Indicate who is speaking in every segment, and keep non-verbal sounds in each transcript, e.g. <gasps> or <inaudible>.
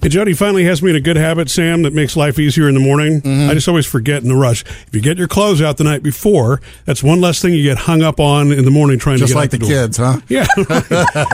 Speaker 1: Hey, Jody finally has me in a good habit, Sam, that makes life easier in the morning.
Speaker 2: Mm-hmm.
Speaker 1: I just always forget in the rush. If you get your clothes out the night before, that's one less thing you get hung up on in the morning trying
Speaker 2: Just
Speaker 1: to get
Speaker 2: like
Speaker 1: out
Speaker 2: the
Speaker 1: door.
Speaker 2: kids, huh?
Speaker 1: Yeah, <laughs>
Speaker 2: <laughs>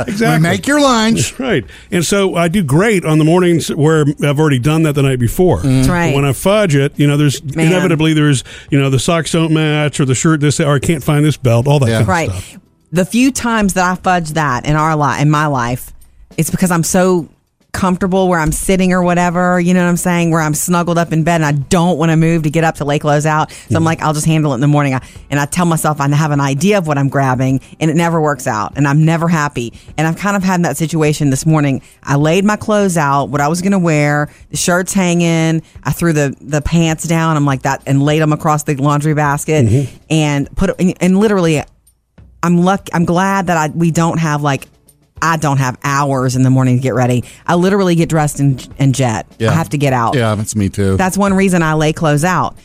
Speaker 1: right. exactly.
Speaker 2: We make your lunch.
Speaker 1: Right. And so I do great on the mornings where I've already done that the night before.
Speaker 2: Mm-hmm.
Speaker 1: That's
Speaker 3: right.
Speaker 1: When I fudge it, you know, there's
Speaker 3: Man.
Speaker 1: inevitably there's, you know, the socks don't match or the shirt this or I can't find this belt, all that
Speaker 2: Yeah.
Speaker 1: kind of
Speaker 3: Right.
Speaker 1: stuff.
Speaker 3: The few times that I fudge that in our life, in my life, it's because I'm so comfortable where I'm sitting or whatever. You know what I'm saying? Where I'm snuggled up in bed and I don't want to move to get up to lay clothes out. So I'm like, I'll just handle it in the morning. I, and I tell myself I have an idea of what I'm grabbing, and it never works out, and I'm never happy. And I've kind of had that situation this morning. I laid my clothes out, what I was going to wear, the shirts hanging. I threw the the pants down. I'm like that, and laid them across the laundry basket, and put and, and literally I'm luck. I'm glad that I we don't have like I don't have hours in the morning to get ready. I literally get dressed and and jet. I have to get out.
Speaker 2: Yeah, that's me too.
Speaker 3: That's one reason I lay clothes out.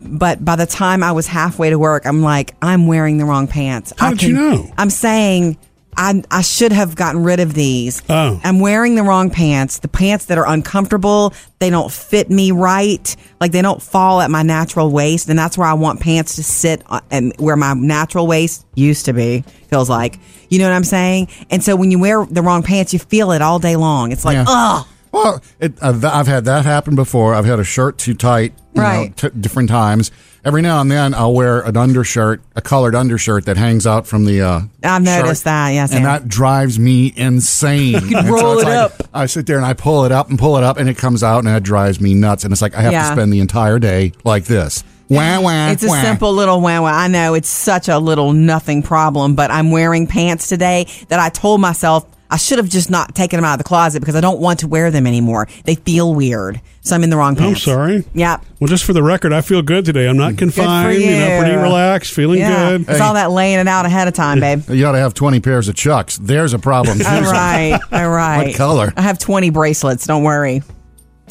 Speaker 3: But by the time I was halfway to work, I'm like, I'm wearing the wrong pants.
Speaker 1: How
Speaker 3: I
Speaker 1: did you know?
Speaker 3: I'm saying I I should have gotten rid of these.
Speaker 1: Oh.
Speaker 3: I'm wearing the wrong pants. The pants that are uncomfortable, they don't fit me right. Like they don't fall at my natural waist, and that's where I want pants to sit uh, and where my natural waist used to be. Feels like you know what I'm saying. And so when you wear the wrong pants, you feel it all day long. It's like,
Speaker 2: Yeah.
Speaker 3: ugh.
Speaker 2: Well, it, uh, th- I've had that happen before. I've had a shirt too tight, you know,
Speaker 3: Right.
Speaker 2: t- different times. Every now and then, I'll wear an undershirt, a colored undershirt that hangs out from the. Uh,
Speaker 3: I've noticed
Speaker 2: shirt,
Speaker 3: that, yes,
Speaker 2: and
Speaker 3: yeah.
Speaker 2: that drives me insane.
Speaker 3: <laughs>
Speaker 2: You
Speaker 3: roll it up.
Speaker 2: I sit there and I pull it up and pull it up, and it comes out, and that drives me nuts. And it's like I have
Speaker 3: Yeah.
Speaker 2: to spend the entire day like this. Wah wah.
Speaker 3: It's a
Speaker 2: wah.
Speaker 3: simple little wah wah. I know it's such a little nothing problem, but I'm wearing pants today that I told myself I should have just not taken them out of the closet because I don't want to wear them anymore. They feel weird. So I'm in the wrong
Speaker 1: I'm
Speaker 3: pants.
Speaker 1: sorry.
Speaker 3: Yep.
Speaker 1: Well, just for the record, I feel good today. I'm
Speaker 2: Mm-hmm.
Speaker 1: not confined. know,
Speaker 3: you.
Speaker 1: pretty relaxed, feeling
Speaker 3: Yeah.
Speaker 1: good.
Speaker 3: It's all that laying it out ahead of
Speaker 1: <laughs>
Speaker 3: time, babe.
Speaker 2: You ought to have twenty pairs of chucks. There's a problem.
Speaker 3: <laughs> All right.
Speaker 1: <laughs>
Speaker 3: All right.
Speaker 2: What color?
Speaker 3: I have 20 bracelets. Don't worry.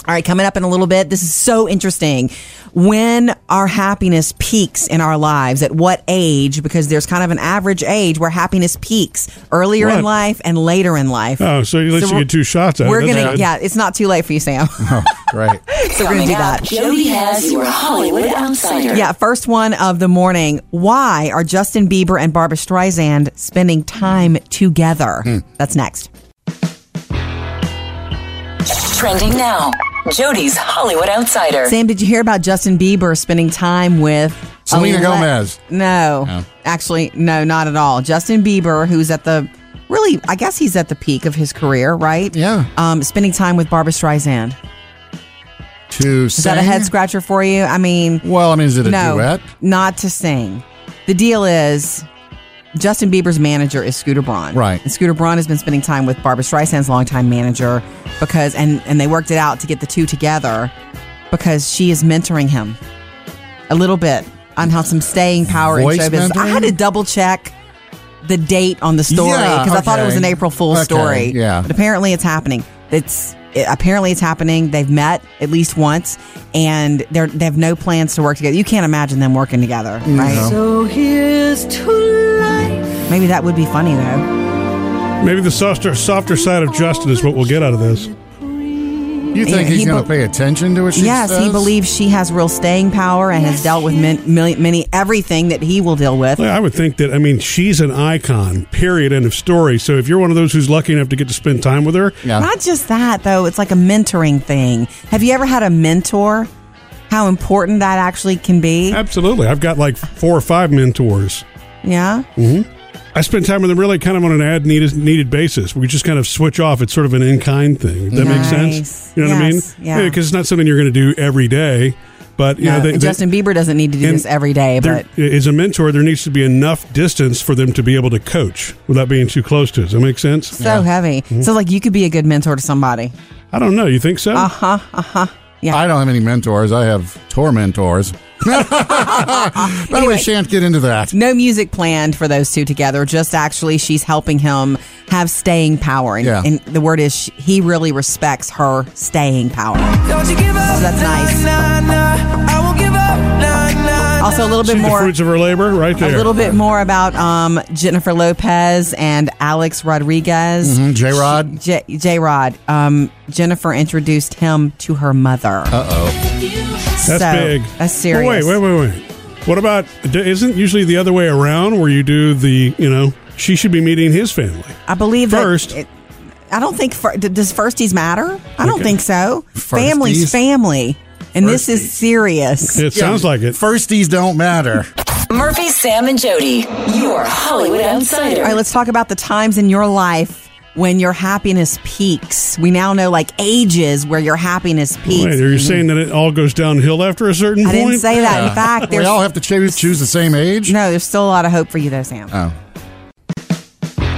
Speaker 3: All right, coming up in a little bit. This is so interesting. When our happiness peaks in our lives, at what age? Because there's kind of an average age where happiness peaks earlier in
Speaker 1: What?
Speaker 3: life and later in life.
Speaker 1: Oh, so at least
Speaker 3: So
Speaker 1: you get two shots out of
Speaker 3: We're
Speaker 1: it. That's
Speaker 3: gonna,
Speaker 1: good.
Speaker 3: yeah, it's not too late for
Speaker 1: <laughs>
Speaker 3: you, Sam.
Speaker 2: <laughs> Great.
Speaker 3: so we're gonna do that.
Speaker 4: Jody has your Hollywood Outsider.
Speaker 3: Yeah, first one of the morning. Why are Justin Bieber and Barbara Streisand spending time together?
Speaker 1: Hmm.
Speaker 3: That's next.
Speaker 4: Trending now. Jody's Hollywood Outsider.
Speaker 3: <laughs> Sam, did you hear about Justin Bieber spending time with
Speaker 2: Selena
Speaker 3: Ale-
Speaker 2: Gomez.
Speaker 3: No,
Speaker 2: No.
Speaker 3: actually, no, not at all. Justin Bieber, who's at the really, I guess he's at the peak of his career, right?
Speaker 2: Yeah.
Speaker 3: Um, spending time with Barbara Streisand.
Speaker 2: To
Speaker 3: Is that a head scratcher for you? I mean,
Speaker 2: Well, I mean, is it a
Speaker 3: no,
Speaker 2: duet?
Speaker 3: not to sing. The deal is. Justin Bieber's manager is Scooter Braun.
Speaker 2: Right.
Speaker 3: And Scooter Braun has been spending time with Barbara Streisand's longtime manager because, and, and they worked it out to get the two together because she is mentoring him a little bit on how some staying power
Speaker 2: Voice
Speaker 3: in show business. I had to
Speaker 2: mentoring?
Speaker 3: double check the date on the story
Speaker 2: Yeah,
Speaker 3: because I thought it was
Speaker 2: okay.
Speaker 3: an April Fool's
Speaker 2: Okay,
Speaker 3: story.
Speaker 2: yeah.
Speaker 3: But apparently it's happening. It's it, apparently it's happening. They've met at least once and they're they have no plans to work together. You can't imagine them working together, right?
Speaker 5: So here's to life.
Speaker 3: Maybe that would be funny though.
Speaker 1: Maybe the softer, softer side of Justin is what we'll get out of this.
Speaker 2: You think
Speaker 3: He-
Speaker 2: he's
Speaker 3: he
Speaker 2: going to
Speaker 3: be-
Speaker 2: pay attention to what she
Speaker 3: yes,
Speaker 2: says?
Speaker 3: he believes she has real staying power and has dealt with many, many, many everything that he will deal with.
Speaker 1: Well, I would think that, I mean, she's an icon, period, end of story. So if you're one of those who's lucky enough to get to spend time with her,
Speaker 2: Yeah.
Speaker 3: Not just that though; it's like a mentoring thing. Have you ever had a mentor? How important that actually can be.
Speaker 1: absolutely. I've got like four or five mentors.
Speaker 3: Yeah,
Speaker 1: I spend time with them really kind of on an ad needed, needed basis. We just kind of switch off. It's sort of an in kind thing. If that makes
Speaker 3: Nice.
Speaker 1: sense. You know
Speaker 3: Yes,
Speaker 1: what I mean?
Speaker 3: yeah.
Speaker 1: Because it's not something you're going to do every day. But you know,
Speaker 3: No,
Speaker 1: they, they-
Speaker 3: Justin Bieber doesn't need to do
Speaker 1: and
Speaker 3: this every day,
Speaker 1: there-
Speaker 3: but
Speaker 1: as a mentor, there needs to be enough distance for them to be able to coach without being too close to. Does that make sense?
Speaker 3: so heavy.
Speaker 1: Mm-hmm.
Speaker 3: So, like, you could be a good mentor to somebody.
Speaker 1: I don't know. You think so?
Speaker 2: I don't have any mentors. I have tour mentors. <laughs> By the way, shan't get into that.
Speaker 3: No music planned for those two together. Just actually, she's helping him have staying power, and,
Speaker 2: Yeah.
Speaker 3: and the word is she, he really respects her staying power.
Speaker 5: Don't you give up.
Speaker 3: that's nice.
Speaker 5: Nah, nah, nah. I won't give up. Nah, nah,
Speaker 3: Also, a little bit
Speaker 1: See the
Speaker 3: more.
Speaker 1: fruits of her labor right
Speaker 3: a
Speaker 1: there.
Speaker 3: little bit more about um, Jennifer Lopez and Alex Rodriguez.
Speaker 1: Mm-hmm.
Speaker 2: J Rod.
Speaker 3: J, J- Rod. Um, Jennifer introduced him to her mother. Uh oh.
Speaker 1: That's big.
Speaker 3: That's serious.
Speaker 1: Well, wait, wait, wait, wait. What about? d- Isn't usually the other way around where you do the? You know, she should be meeting his family.
Speaker 3: I believe that
Speaker 1: First.
Speaker 3: it- I don't think fir- d- does firsties matter. I don't
Speaker 1: Okay.
Speaker 3: think so. Family's
Speaker 2: Firsties?
Speaker 3: family, and this
Speaker 2: Firsties.
Speaker 3: is serious.
Speaker 1: It sounds like it.
Speaker 2: Firsties don't matter.
Speaker 4: Murphy, Sam, and Jody, your Hollywood outsider.
Speaker 3: All right, let's talk about the times in your life when your happiness peaks. We now know like ages where your happiness peaks.
Speaker 1: Wait, are you saying that it all goes downhill after a certain
Speaker 3: I
Speaker 1: point?
Speaker 3: didn't say that. In fact,
Speaker 2: we
Speaker 3: there's
Speaker 2: all have to choose choose the same age.
Speaker 3: no. There's still a lot of hope for you, though, Sam.
Speaker 2: Oh. <laughs>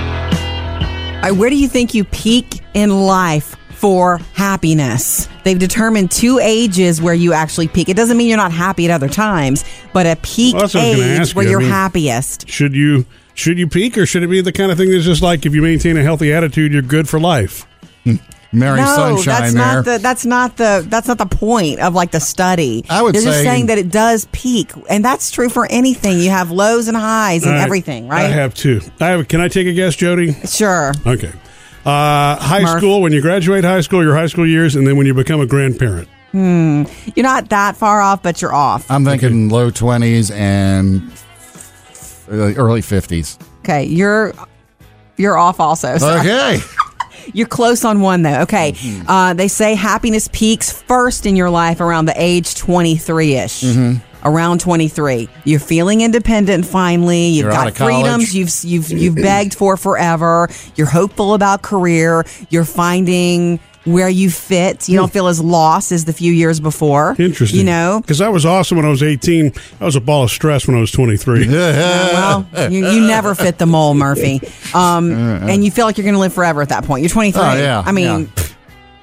Speaker 3: All right, where do you think you peak in life for happiness? They've determined two ages where you actually peak. It doesn't mean you're not happy at other times, but a peak
Speaker 1: Well, that's what I was gonna
Speaker 3: age
Speaker 1: ask
Speaker 3: where
Speaker 1: you. I
Speaker 3: you're
Speaker 1: mean-
Speaker 3: happiest.
Speaker 1: Should you should you peak or should it be the kind of thing that's just like if you maintain a healthy attitude, you're good for life?
Speaker 2: Mary
Speaker 3: No,
Speaker 2: Sunshine
Speaker 3: that's
Speaker 2: there.
Speaker 3: not the that's not the that's not the point of like the study.
Speaker 2: I would
Speaker 3: They're just
Speaker 2: say-
Speaker 3: saying that it does peak, and that's true for anything. You have lows and highs and
Speaker 1: All right.
Speaker 3: everything,
Speaker 1: I
Speaker 3: right?
Speaker 1: have two. I have. Can I take a guess, Jody?
Speaker 3: sure.
Speaker 1: Okay. Uh, high
Speaker 3: Murph.
Speaker 1: school. When you graduate high school, your high school years, and then when you become a grandparent.
Speaker 3: You're not that far off, but you're off.
Speaker 2: I'm thinking low 20s and early early 50s.
Speaker 3: Okay, you're you're off also. So
Speaker 2: Okay. <laughs>
Speaker 3: You're close on one though. Okay,
Speaker 2: Mm-hmm.
Speaker 3: uh, they say happiness peaks first in your life around the age 23 ish.
Speaker 2: Mm-hmm.
Speaker 3: Around 23, you're feeling independent finally. You've
Speaker 2: You're out
Speaker 3: got
Speaker 2: of college.
Speaker 3: freedoms you've you've you've begged for forever. You're hopeful about career. You're finding where you fit. You don't feel as lost as the few years before.
Speaker 1: Interesting.
Speaker 3: You know.
Speaker 1: because I was awesome when I was 18. I was a ball of stress when I was 23.
Speaker 3: Well, you, you never fit the
Speaker 2: <laughs>
Speaker 3: mole, Murphy. Um, and you feel like you're going to live forever at that point. You're 23.
Speaker 2: Uh, Oh, yeah,
Speaker 3: I mean,
Speaker 2: yeah.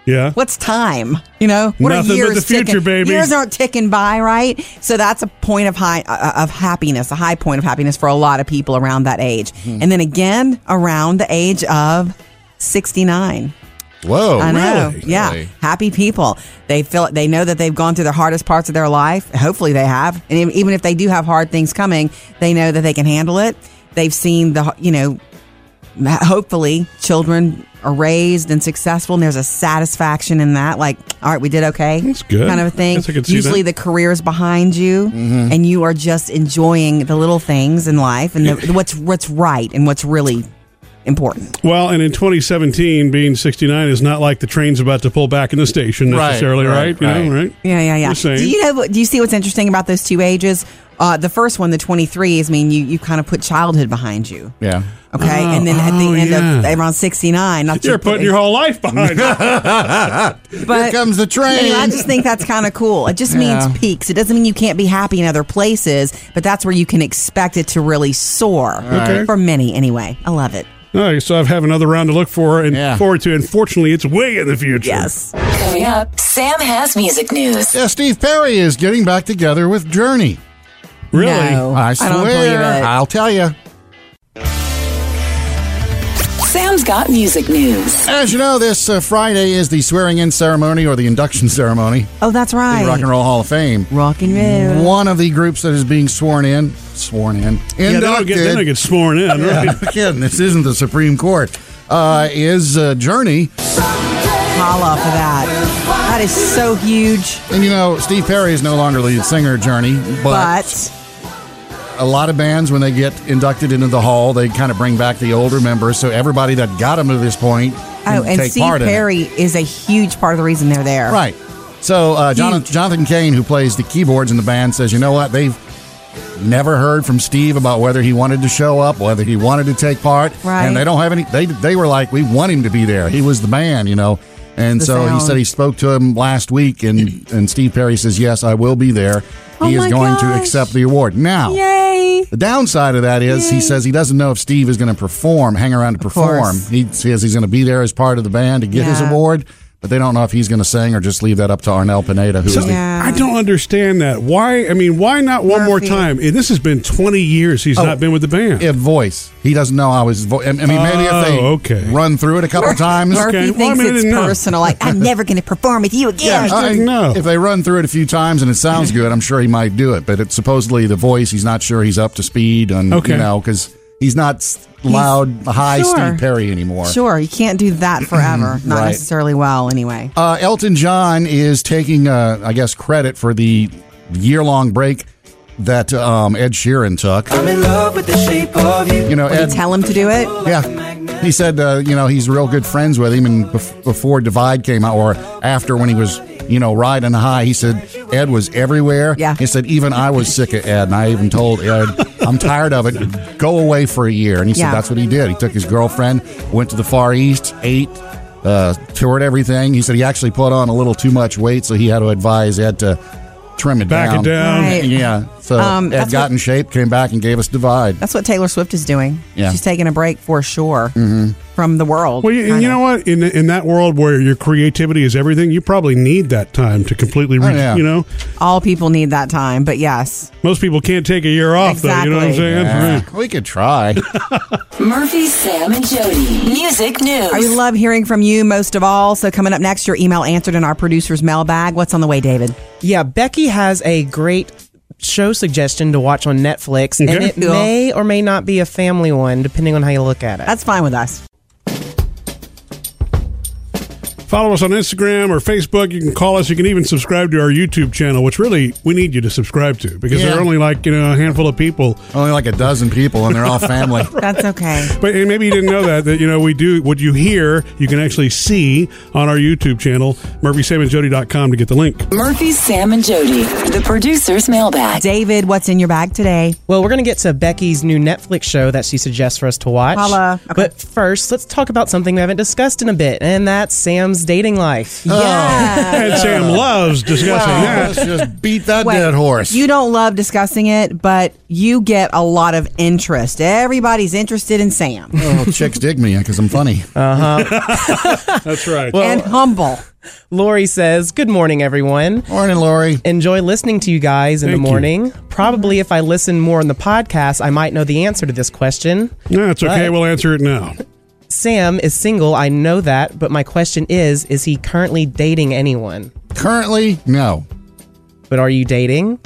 Speaker 1: Yeah.
Speaker 3: What's time? You know, what
Speaker 1: Nothing but
Speaker 3: are years?
Speaker 1: the future,
Speaker 3: ticking?
Speaker 1: baby.
Speaker 3: Years aren't ticking by, right? So that's a point of high uh, of happiness, a high point of happiness for a lot of people around that age.
Speaker 1: Mm-hmm.
Speaker 3: And then again, around the age of sixty nine.
Speaker 2: Whoa.
Speaker 3: I know,
Speaker 1: Oh, really?
Speaker 3: yeah,
Speaker 2: Really?
Speaker 3: happy people. They feel they know that they've gone through the hardest parts of their life. Hopefully, they have, and e, even if they do have hard things coming, they know that they can handle it. They've seen the you know hopefully children are raised and successful and there's a satisfaction in that like all right we did okay
Speaker 1: That's good.
Speaker 3: kind of a thing
Speaker 1: Guess I could see
Speaker 3: usually
Speaker 1: that. Mm-hmm.
Speaker 3: the career is behind you and you are just enjoying the little things in life and the, what's what's right and what's really important
Speaker 1: Well, and in 2017, being 69 is not like the train's about to pull back in the station
Speaker 2: Right,
Speaker 1: necessarily, right?
Speaker 2: right,
Speaker 1: You know,
Speaker 2: right.
Speaker 1: right?
Speaker 3: Yeah, yeah, yeah.
Speaker 1: Just saying.
Speaker 3: Do you know? what- Do you see what's interesting about those two ages? Uh, the first one, the twenty three, is mean you you kind of put childhood behind you.
Speaker 2: Yeah.
Speaker 3: Okay, and then at
Speaker 1: oh,
Speaker 3: the end
Speaker 1: yeah.
Speaker 3: of around sixty nine, not
Speaker 1: You're
Speaker 3: to put-
Speaker 1: putting your whole life behind.
Speaker 2: <laughs>
Speaker 1: you.
Speaker 3: but
Speaker 2: Here comes the train.
Speaker 3: anyway, I just think that's kind of cool. It just
Speaker 2: Yeah.
Speaker 3: means peaks. It doesn't mean you can't be happy in other places, but that's where you can expect it to really soar.
Speaker 1: right.
Speaker 3: For many, anyway. I love it.
Speaker 1: All right, so I have another round to look for and
Speaker 2: Yeah.
Speaker 1: forward to. Unfortunately, it's way in the future.
Speaker 3: Yes.
Speaker 4: Coming up, Sam has music news.
Speaker 2: Yeah, Steve Perry is getting back together with Journey.
Speaker 1: Really?
Speaker 3: No.
Speaker 2: I
Speaker 3: I
Speaker 2: swear.
Speaker 3: don't believe it.
Speaker 2: I'll tell you.
Speaker 4: Sam's got music news.
Speaker 2: As you know, this uh, Friday is the swearing in ceremony or the induction <laughs> ceremony
Speaker 3: Oh, that's
Speaker 2: in
Speaker 3: right.
Speaker 2: the Rock and Roll Hall of Fame.
Speaker 3: Rock and roll.
Speaker 2: One of the groups that is being sworn in, sworn in,
Speaker 1: Yeah, then I
Speaker 2: inducted.
Speaker 1: get, then I get sworn
Speaker 2: <laughs>
Speaker 1: in, right?
Speaker 2: Again, this isn't the Supreme Court. Uh, is uh, Journey,
Speaker 3: Holla for that. That is so huge.
Speaker 2: and you know Steve Perry is no longer lead singer of Journey, but,
Speaker 3: But
Speaker 2: a lot of bands when they get inducted into the hall, they kind of bring back the older members. So everybody that got them to this point,
Speaker 3: oh,
Speaker 2: can
Speaker 3: and
Speaker 2: take
Speaker 3: Steve
Speaker 2: part in it.
Speaker 3: Perry is a huge part of the reason they're there.
Speaker 2: Right. So uh, Jonathan,
Speaker 3: Huge.
Speaker 2: Jonathan Kane, who plays the keyboards in the band, says, "You know what? They've never heard from Steve about whether he wanted to show up, whether he wanted to take part,
Speaker 3: Right.
Speaker 2: and they don't have any. They they were like, we want him to be there. He was the man, you know." And
Speaker 3: The
Speaker 2: so he
Speaker 3: sound.
Speaker 2: said he spoke to him last week, and and Steve Perry says, "Yes, I will be there.
Speaker 3: Oh
Speaker 2: he is
Speaker 3: my
Speaker 2: going to
Speaker 3: gosh.
Speaker 2: accept the award now."
Speaker 3: Yay.
Speaker 2: The downside of that is he says he doesn't know if Steve is going to perform, hang around to
Speaker 3: course.
Speaker 2: perform. He says he's going to be there as part of the band to get his
Speaker 3: Yeah.
Speaker 2: award, But they don't know if he's going to sing or just leave that up to Arnell Pineda, who's the
Speaker 3: Yeah.
Speaker 1: I don't understand that. Why? I mean, why not one more
Speaker 3: Murphy.
Speaker 1: time? And this has been 20 years he's not been with the band.
Speaker 2: if voice. He doesn't know how his voice. I mean, maybe if they
Speaker 1: Oh, okay.
Speaker 2: run through it a couple times.
Speaker 1: Okay,
Speaker 3: Murphy
Speaker 1: well,
Speaker 3: thinks
Speaker 1: I mean, I
Speaker 3: it's
Speaker 1: didn't know.
Speaker 3: personal. Like I'm never going to perform with you again.
Speaker 1: I didn't know.
Speaker 2: If they run through it a few times and it sounds good, I'm sure he might do it. But it's supposedly the voice. He's not sure he's up to speed on
Speaker 1: Okay.
Speaker 2: you know because he's not s- loud, high
Speaker 3: Sure.
Speaker 2: Steve Perry anymore.
Speaker 3: Sure, you can't do that forever.
Speaker 1: Mm-hmm.
Speaker 3: Not
Speaker 2: Right.
Speaker 3: necessarily well, anyway.
Speaker 2: Uh, Elton John is taking, uh, I guess, credit for the year-long break that um, Ed Sheeran took.
Speaker 6: I'm in love with the shape of you.
Speaker 2: You know,
Speaker 3: Did
Speaker 2: Ed.
Speaker 3: you tell him to do it?
Speaker 2: Yeah. He said, uh, you know, he's real good friends with him. And bef- before Divide came out, or after when he was, you know, riding high, he said, Ed was everywhere.
Speaker 3: Yeah.
Speaker 2: He said, even I was sick of Ed. And I even told Ed, I'm tired of it. Go away for a year. And he
Speaker 3: Yeah.
Speaker 2: said, that's what he did. He took his girlfriend, went to the Far East, ate. Uh, toured everything. He said he actually put on a little too much weight, so he had to advise Ed to trim it
Speaker 1: Back
Speaker 2: down.
Speaker 1: it down.
Speaker 3: Right.
Speaker 2: Yeah. So
Speaker 3: Um,
Speaker 2: Ed
Speaker 3: that's
Speaker 2: got
Speaker 3: what-
Speaker 2: in shape, came back, and gave us Divide.
Speaker 3: That's what Taylor Swift is doing.
Speaker 2: Yeah.
Speaker 3: She's taking a break for sure from the world.
Speaker 1: Mm-hmm. Well, you, and
Speaker 3: kinda.
Speaker 1: you know what? In in that world where your creativity is everything, you probably need that time to completely. Re-
Speaker 2: Oh, yeah.
Speaker 1: You know,
Speaker 3: all people need that time, but yes,
Speaker 1: most people can't take a year off though. You know what I'm
Speaker 3: Exactly.
Speaker 1: saying?
Speaker 2: Yeah,
Speaker 1: Right.
Speaker 2: we could try.
Speaker 4: Murphy, Sam, and Jody. Music news.
Speaker 3: we love hearing from you most of all. So coming up next, your email answered in our producer's mailbag. What's on the way, David?
Speaker 7: Yeah, Becky has a great show suggestion to watch on Netflix, and
Speaker 1: Okay.
Speaker 7: it
Speaker 3: Cool.
Speaker 7: may or may not be a family one, depending on how you look at it.
Speaker 3: That's fine with us.
Speaker 1: Follow us on Instagram or Facebook. You can call us. You can even subscribe to our YouTube channel, which really we need you to subscribe to because
Speaker 2: Yeah.
Speaker 1: there are only like you know a handful of people.
Speaker 2: Only like a dozen people, and they're all
Speaker 3: <laughs>
Speaker 2: family.
Speaker 1: <laughs>
Speaker 3: That's okay.
Speaker 1: But and maybe you didn't know that that you know we do what you hear. You can actually see on our YouTube channel, MurphySamAndJody.com to get the link.
Speaker 4: Murphy, Sam, and Jody. The producer's mailbag.
Speaker 3: David, what's in your bag today?
Speaker 7: Well, we're going to get to Becky's new Netflix show that she suggests for us to watch.
Speaker 3: Holla. Okay.
Speaker 7: But first, let's talk about something we haven't discussed in a bit, and that's Sam's dating life.
Speaker 3: Yeah.
Speaker 1: And Sam loves discussing
Speaker 2: Wow,
Speaker 1: that.
Speaker 2: let's just beat that <laughs>
Speaker 3: Wait,
Speaker 2: dead horse.
Speaker 3: You don't love discussing it, but you get a lot of interest. Everybody's interested
Speaker 2: <laughs>
Speaker 3: in Sam
Speaker 2: oh, chicks dig me because I'm funny.
Speaker 3: Uh,
Speaker 1: That's right.
Speaker 3: and humble.
Speaker 7: Lori says, Good morning, everyone.
Speaker 2: Morning, Lori.
Speaker 7: Enjoy listening to you guys in
Speaker 1: Thank
Speaker 7: the
Speaker 1: you.
Speaker 7: morning. Probably if I listen more on the podcast, I might know the answer to this question.
Speaker 1: No, it's okay.
Speaker 7: But-
Speaker 1: We'll answer it now.
Speaker 7: Sam is single, I know that, but my question is is he currently dating anyone?
Speaker 2: Currently, no.
Speaker 7: But are you dating?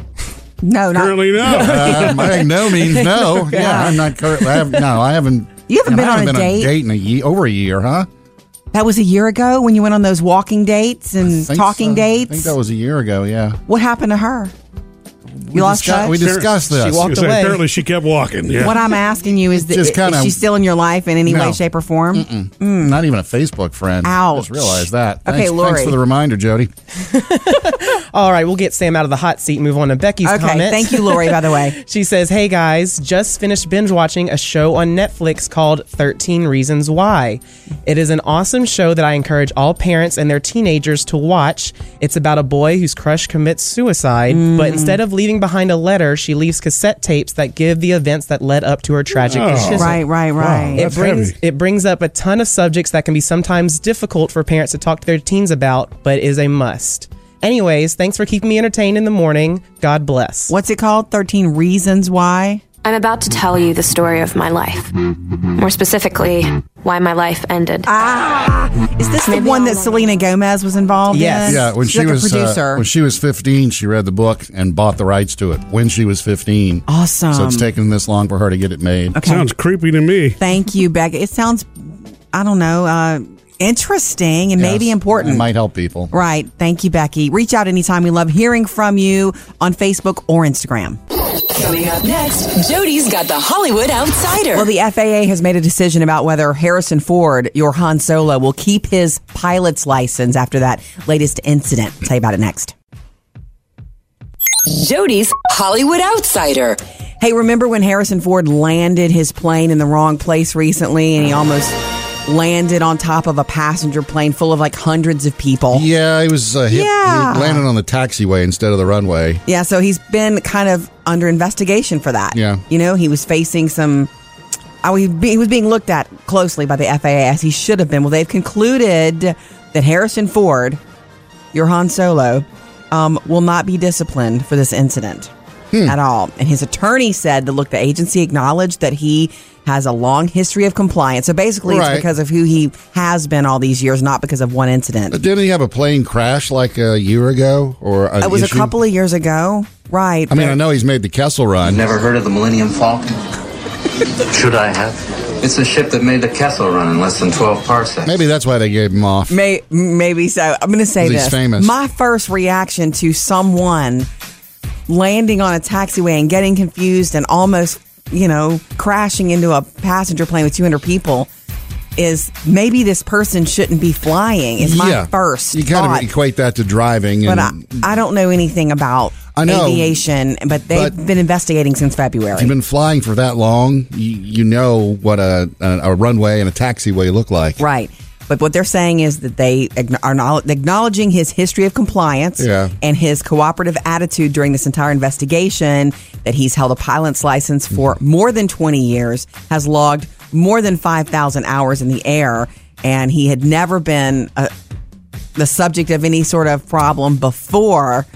Speaker 3: No, not
Speaker 1: Currently, no.
Speaker 2: Um, I think no means
Speaker 3: <laughs>
Speaker 2: no. Yeah, I'm not currently. I have, no, I haven't.
Speaker 3: You haven't been
Speaker 2: I haven't
Speaker 3: on
Speaker 2: been
Speaker 3: a date?
Speaker 2: in a year, over a year, huh?
Speaker 3: that was a year ago when you went on those walking dates and
Speaker 2: Think
Speaker 3: talking
Speaker 2: so.
Speaker 3: dates.
Speaker 2: I think that was a year ago. Yeah,
Speaker 3: what happened to her? You lost
Speaker 2: discuss-
Speaker 3: touch.
Speaker 2: we discussed this.
Speaker 7: She walked
Speaker 1: Say,
Speaker 7: away.
Speaker 1: apparently, she kept walking. Yeah.
Speaker 3: What I'm asking you is,
Speaker 2: <laughs>
Speaker 3: that
Speaker 2: Just
Speaker 3: i-
Speaker 2: kinda-
Speaker 3: is she still in your life in any
Speaker 2: No.
Speaker 3: way, shape, or form?
Speaker 2: not even a Facebook friend. I
Speaker 3: Hmm. Ouch.
Speaker 2: just realized that.
Speaker 3: Okay,
Speaker 2: Thanks,
Speaker 3: Lori.
Speaker 2: Thanks for the reminder, Jody.
Speaker 7: All right, we'll get Sam out of the hot seat and move on to Becky's
Speaker 3: Okay,
Speaker 7: comment.
Speaker 3: thank you, Lori. By
Speaker 2: <laughs>
Speaker 3: the way,
Speaker 7: She says, Hey guys, just finished binge watching a show on Netflix called 13 Reasons Why. It is an awesome show that I encourage all parents and their teenagers to watch. It's about a boy whose crush commits suicide, but
Speaker 3: Mm.
Speaker 7: instead of leaving behind a letter, she leaves cassette tapes that give the events that led up to her tragic
Speaker 1: Oh.
Speaker 7: decision.
Speaker 3: right, right, right.
Speaker 1: Wow.
Speaker 7: It
Speaker 1: That's
Speaker 7: brings
Speaker 1: heavy.
Speaker 7: it brings up a ton of subjects that can be sometimes difficult for parents to talk to their teens about, but is a must. Anyways, thanks for keeping me entertained in the morning. God bless.
Speaker 3: What's it called? Thirteen Reasons Why.
Speaker 8: I'm about to tell you the story of my life. More specifically, why my life ended.
Speaker 3: Ah, Is this
Speaker 8: Maybe
Speaker 3: the one that
Speaker 8: I'll-
Speaker 3: Selena Gomez was involved
Speaker 7: Yes.
Speaker 3: in?
Speaker 2: Yeah, when
Speaker 3: She's
Speaker 2: she
Speaker 3: like a
Speaker 2: was uh,
Speaker 3: producer.
Speaker 2: when she was 15, she read the book and bought the rights to it when she was 15.
Speaker 3: awesome.
Speaker 2: So it's taken this long for her to get it made.
Speaker 3: okay.
Speaker 1: Sounds creepy to me.
Speaker 3: Thank you, Becca. It sounds, I don't know, uh, interesting and maybe
Speaker 2: Yes,
Speaker 3: important.
Speaker 2: It might help people.
Speaker 3: Right. Thank you, Becky. Reach out anytime. We love hearing from you on Facebook or Instagram.
Speaker 4: Coming up next, Jody's got the Hollywood Outsider.
Speaker 3: Well, the FAA has made a decision about whether Harrison Ford, your Han Solo, will keep his pilot's license after that latest incident. tell you about it next.
Speaker 4: Jody's Hollywood Outsider.
Speaker 3: Hey, remember when Harrison Ford landed his plane in the wrong place recently and he almost landed on top of a passenger plane full of like hundreds of people?
Speaker 2: Yeah, he was uh, hit,
Speaker 3: Yeah.
Speaker 2: he landed on the taxiway instead of the runway.
Speaker 3: Yeah, so he's been kind of under investigation for that.
Speaker 2: Yeah.
Speaker 3: You know, he was facing some. I would be- He was being looked at closely by the FAA as he should have been. Well, they've concluded that Harrison Ford, your Han Solo, um, will not be disciplined for this incident
Speaker 2: Hmm.
Speaker 3: at all. And his attorney said that, look, the agency acknowledged that he has a long history of compliance. So basically,
Speaker 2: Right.
Speaker 3: it's because of who he has been all these years, not because of one incident.
Speaker 2: But didn't he have a plane crash like a year ago or an
Speaker 3: It was
Speaker 2: issue?
Speaker 3: a couple of years ago, right?
Speaker 2: I mean, I know he's made the Kessel Run.
Speaker 9: Never heard of the Millennium Falcon? Should I have? It's a ship that made the Kessel run in less than 12 parsecs.
Speaker 2: Maybe that's why they gave him off.
Speaker 3: May, maybe so. I'm going to say
Speaker 2: 'Cause he's
Speaker 3: this.
Speaker 2: famous.
Speaker 3: My first reaction to someone landing on a taxiway and getting confused and almost, you know, crashing into a passenger plane with 200 people is maybe this person shouldn't be flying. Is my first
Speaker 2: You kind
Speaker 3: thought.
Speaker 2: of equate that to driving.
Speaker 3: but
Speaker 2: And
Speaker 3: I, I don't know anything about
Speaker 2: I know.
Speaker 3: aviation, but they've
Speaker 2: But-
Speaker 3: been investigating since
Speaker 2: if you've
Speaker 3: February.
Speaker 2: been flying for that long, you, you know what a, a, a runway and a taxiway look like.
Speaker 3: Right. But what they're saying is that they acknow- are not acknowledging his history of compliance
Speaker 2: Yeah.
Speaker 3: and his cooperative attitude during this entire investigation, that he's held a pilot's license for
Speaker 2: Mm-hmm.
Speaker 3: more than 20 years, has logged more than 5,000 hours in the air, and he had never been a, the subject of any sort of problem before.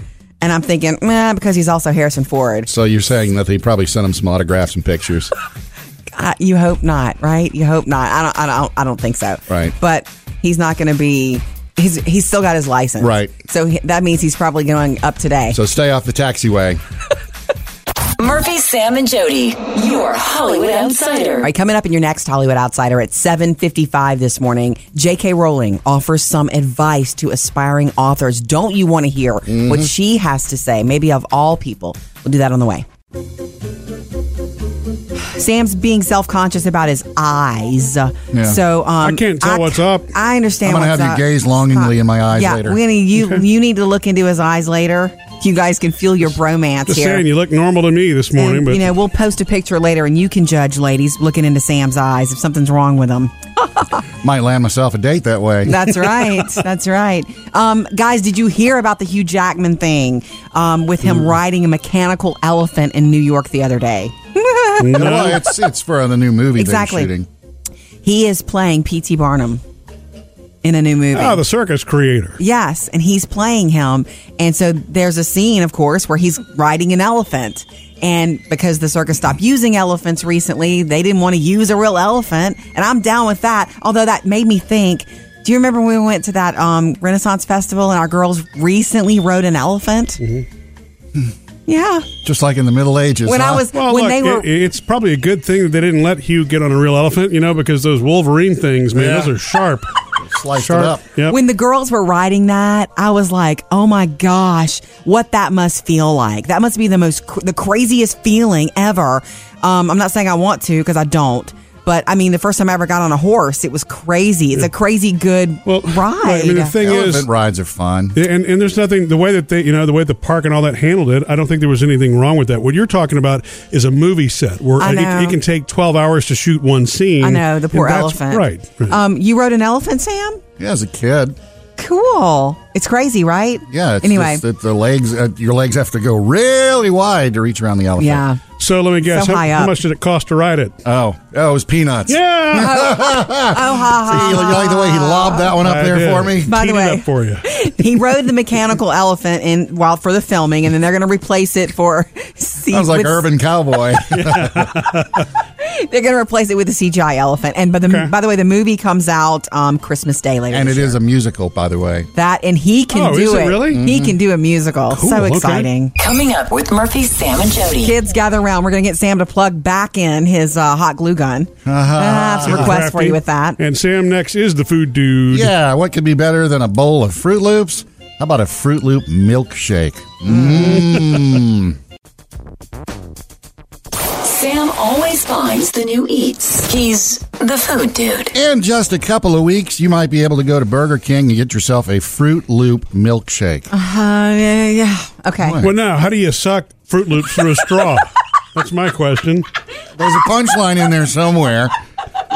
Speaker 3: And I'm thinking, nah, because he's also Harrison Ford.
Speaker 2: So you're saying that they probably sent him some autographs and pictures.
Speaker 3: I, you hope not, right? You hope not. I don't. I don't. I don't think so.
Speaker 2: Right.
Speaker 3: But he's not going to be. He's he's still got his license.
Speaker 2: Right.
Speaker 3: So he, that means he's probably going up today.
Speaker 2: so stay off the taxiway.
Speaker 4: Murphy, Sam, and Jody, your Hollywood
Speaker 3: All
Speaker 4: outsider.
Speaker 3: right, coming up in your next Hollywood Outsider at 7:55 this morning, J.K. Rowling offers some advice to aspiring authors. Don't you want to hear
Speaker 2: Mm-hmm.
Speaker 3: what she has to say? Maybe of all people. We'll do that on the way. <sighs> Sam's being self-conscious about his eyes. So
Speaker 1: I
Speaker 3: um,
Speaker 1: can't tell what's up.
Speaker 3: I understand.
Speaker 2: I'm gonna
Speaker 3: what's
Speaker 2: have you
Speaker 3: up.
Speaker 2: gaze longingly in my eyes
Speaker 3: yeah,
Speaker 2: later.
Speaker 3: we're gonna- you
Speaker 1: <laughs>
Speaker 3: you need to look into his eyes later. You guys can feel your bromance
Speaker 1: Just
Speaker 3: here.
Speaker 1: saying, you look normal to me this morning,
Speaker 3: And,
Speaker 1: but
Speaker 3: you know, we'll post a picture later, and you can judge, ladies, looking into Sam's eyes if something's wrong with him.
Speaker 2: Might land myself a date that way.
Speaker 3: That's
Speaker 1: <laughs>
Speaker 3: right. That's right. Um, guys, did you hear about the Hugh Jackman thing um, with him
Speaker 1: Mm.
Speaker 3: riding a mechanical elephant in New York the other day?
Speaker 2: well, it's it's for the new movie
Speaker 3: Exactly.
Speaker 2: they're shooting.
Speaker 3: He is playing P.T. Barnum in a new movie.
Speaker 1: ah, the circus creator.
Speaker 3: Yes, and he's playing him. And so there's a scene, of course, where he's riding an elephant. And because the circus stopped using elephants recently, they didn't want to use a real elephant. And I'm down with that. Although that made me think do you remember when we went to that um, Renaissance Festival and our girls recently rode an elephant? Yeah.
Speaker 2: Just like in the Middle Ages.
Speaker 3: When I
Speaker 2: huh?
Speaker 3: was-
Speaker 1: Well,
Speaker 3: When
Speaker 1: look,
Speaker 3: they were-
Speaker 1: it, it's probably a good thing that they didn't let Hugh get on a real elephant, you know, because those Wolverine things, man,
Speaker 2: Yeah.
Speaker 1: those are sharp.
Speaker 2: sliced
Speaker 1: sharp.
Speaker 2: it up.
Speaker 1: Yep.
Speaker 3: When the girls were riding that, I was like, "Oh my gosh, what that must feel like! That must be the most cr- the craziest feeling ever." Um, I'm not saying I want to because I don't, but I mean, the first time I ever got on a horse, it was crazy. It's a crazy good
Speaker 1: Well,
Speaker 3: ride.
Speaker 1: right, I mean, the thing is,
Speaker 2: Elephant rides are fun.
Speaker 1: Yeah, And, and there's nothing the way that they you know the way the park and all that handled it. I don't think there was anything wrong with that. What you're talking about is a movie set where
Speaker 3: I
Speaker 1: it,
Speaker 3: know.
Speaker 1: it can take 12 hours to shoot one scene.
Speaker 3: I know the
Speaker 1: And
Speaker 3: poor
Speaker 1: that's-
Speaker 3: elephant.
Speaker 1: Right. right.
Speaker 3: Um, you rode an elephant, Sam?
Speaker 2: Yeah, as a kid.
Speaker 3: Cool. It's crazy, right?
Speaker 2: Yeah. It's
Speaker 3: anyway,
Speaker 2: just that the legs, uh, your legs have to go really wide to reach around the elephant.
Speaker 3: yeah.
Speaker 1: so let me guess,
Speaker 3: so
Speaker 1: how,
Speaker 3: high
Speaker 1: how
Speaker 3: up.
Speaker 1: much did it cost to ride it?
Speaker 2: Oh, oh, it was peanuts.
Speaker 1: Yeah.
Speaker 3: Oh, ha, ha.
Speaker 2: See, you like the way he lobbed that one up
Speaker 1: I
Speaker 2: there
Speaker 1: did.
Speaker 2: for me?
Speaker 3: By the
Speaker 1: Teed it
Speaker 3: way-
Speaker 1: up for
Speaker 3: <laughs>
Speaker 1: you.
Speaker 3: he rode the mechanical elephant in while for the filming, and then they're going to replace it for.
Speaker 2: I was like urban
Speaker 3: <laughs>
Speaker 2: cowboy. <laughs>
Speaker 3: They're going to replace it with a CGI elephant. And by the
Speaker 1: Okay.
Speaker 3: by the way, the movie comes out um, Christmas Day later.
Speaker 2: and
Speaker 3: this
Speaker 2: it is
Speaker 3: year.
Speaker 2: a musical, by the way.
Speaker 3: that, and he can
Speaker 1: Oh,
Speaker 3: do
Speaker 1: is it really?
Speaker 3: He can do a musical.
Speaker 1: Cool,
Speaker 3: so
Speaker 1: okay.
Speaker 3: exciting!
Speaker 4: Coming up with Murphy, Sam, and Jody.
Speaker 3: Kids gather around. We're going to get Sam to plug back in his uh, hot glue gun. I have some requests for
Speaker 1: Uh-huh. Crafty.
Speaker 3: you with that.
Speaker 1: And Sam next is the food dude.
Speaker 2: Yeah, what could be better than a bowl of Fruit Loops? How about a Fruit Loop milkshake? Mm.
Speaker 4: Sam always finds the new eats. He's the food dude.
Speaker 2: In just a couple of weeks, you might be able to go to Burger King and get yourself a Fruit Loop milkshake.
Speaker 3: Uh, yeah, yeah. Okay.
Speaker 1: Well, now, how do you suck Fruit Loops through a
Speaker 2: <laughs>
Speaker 1: straw? That's my question.
Speaker 2: There's a punchline in there somewhere.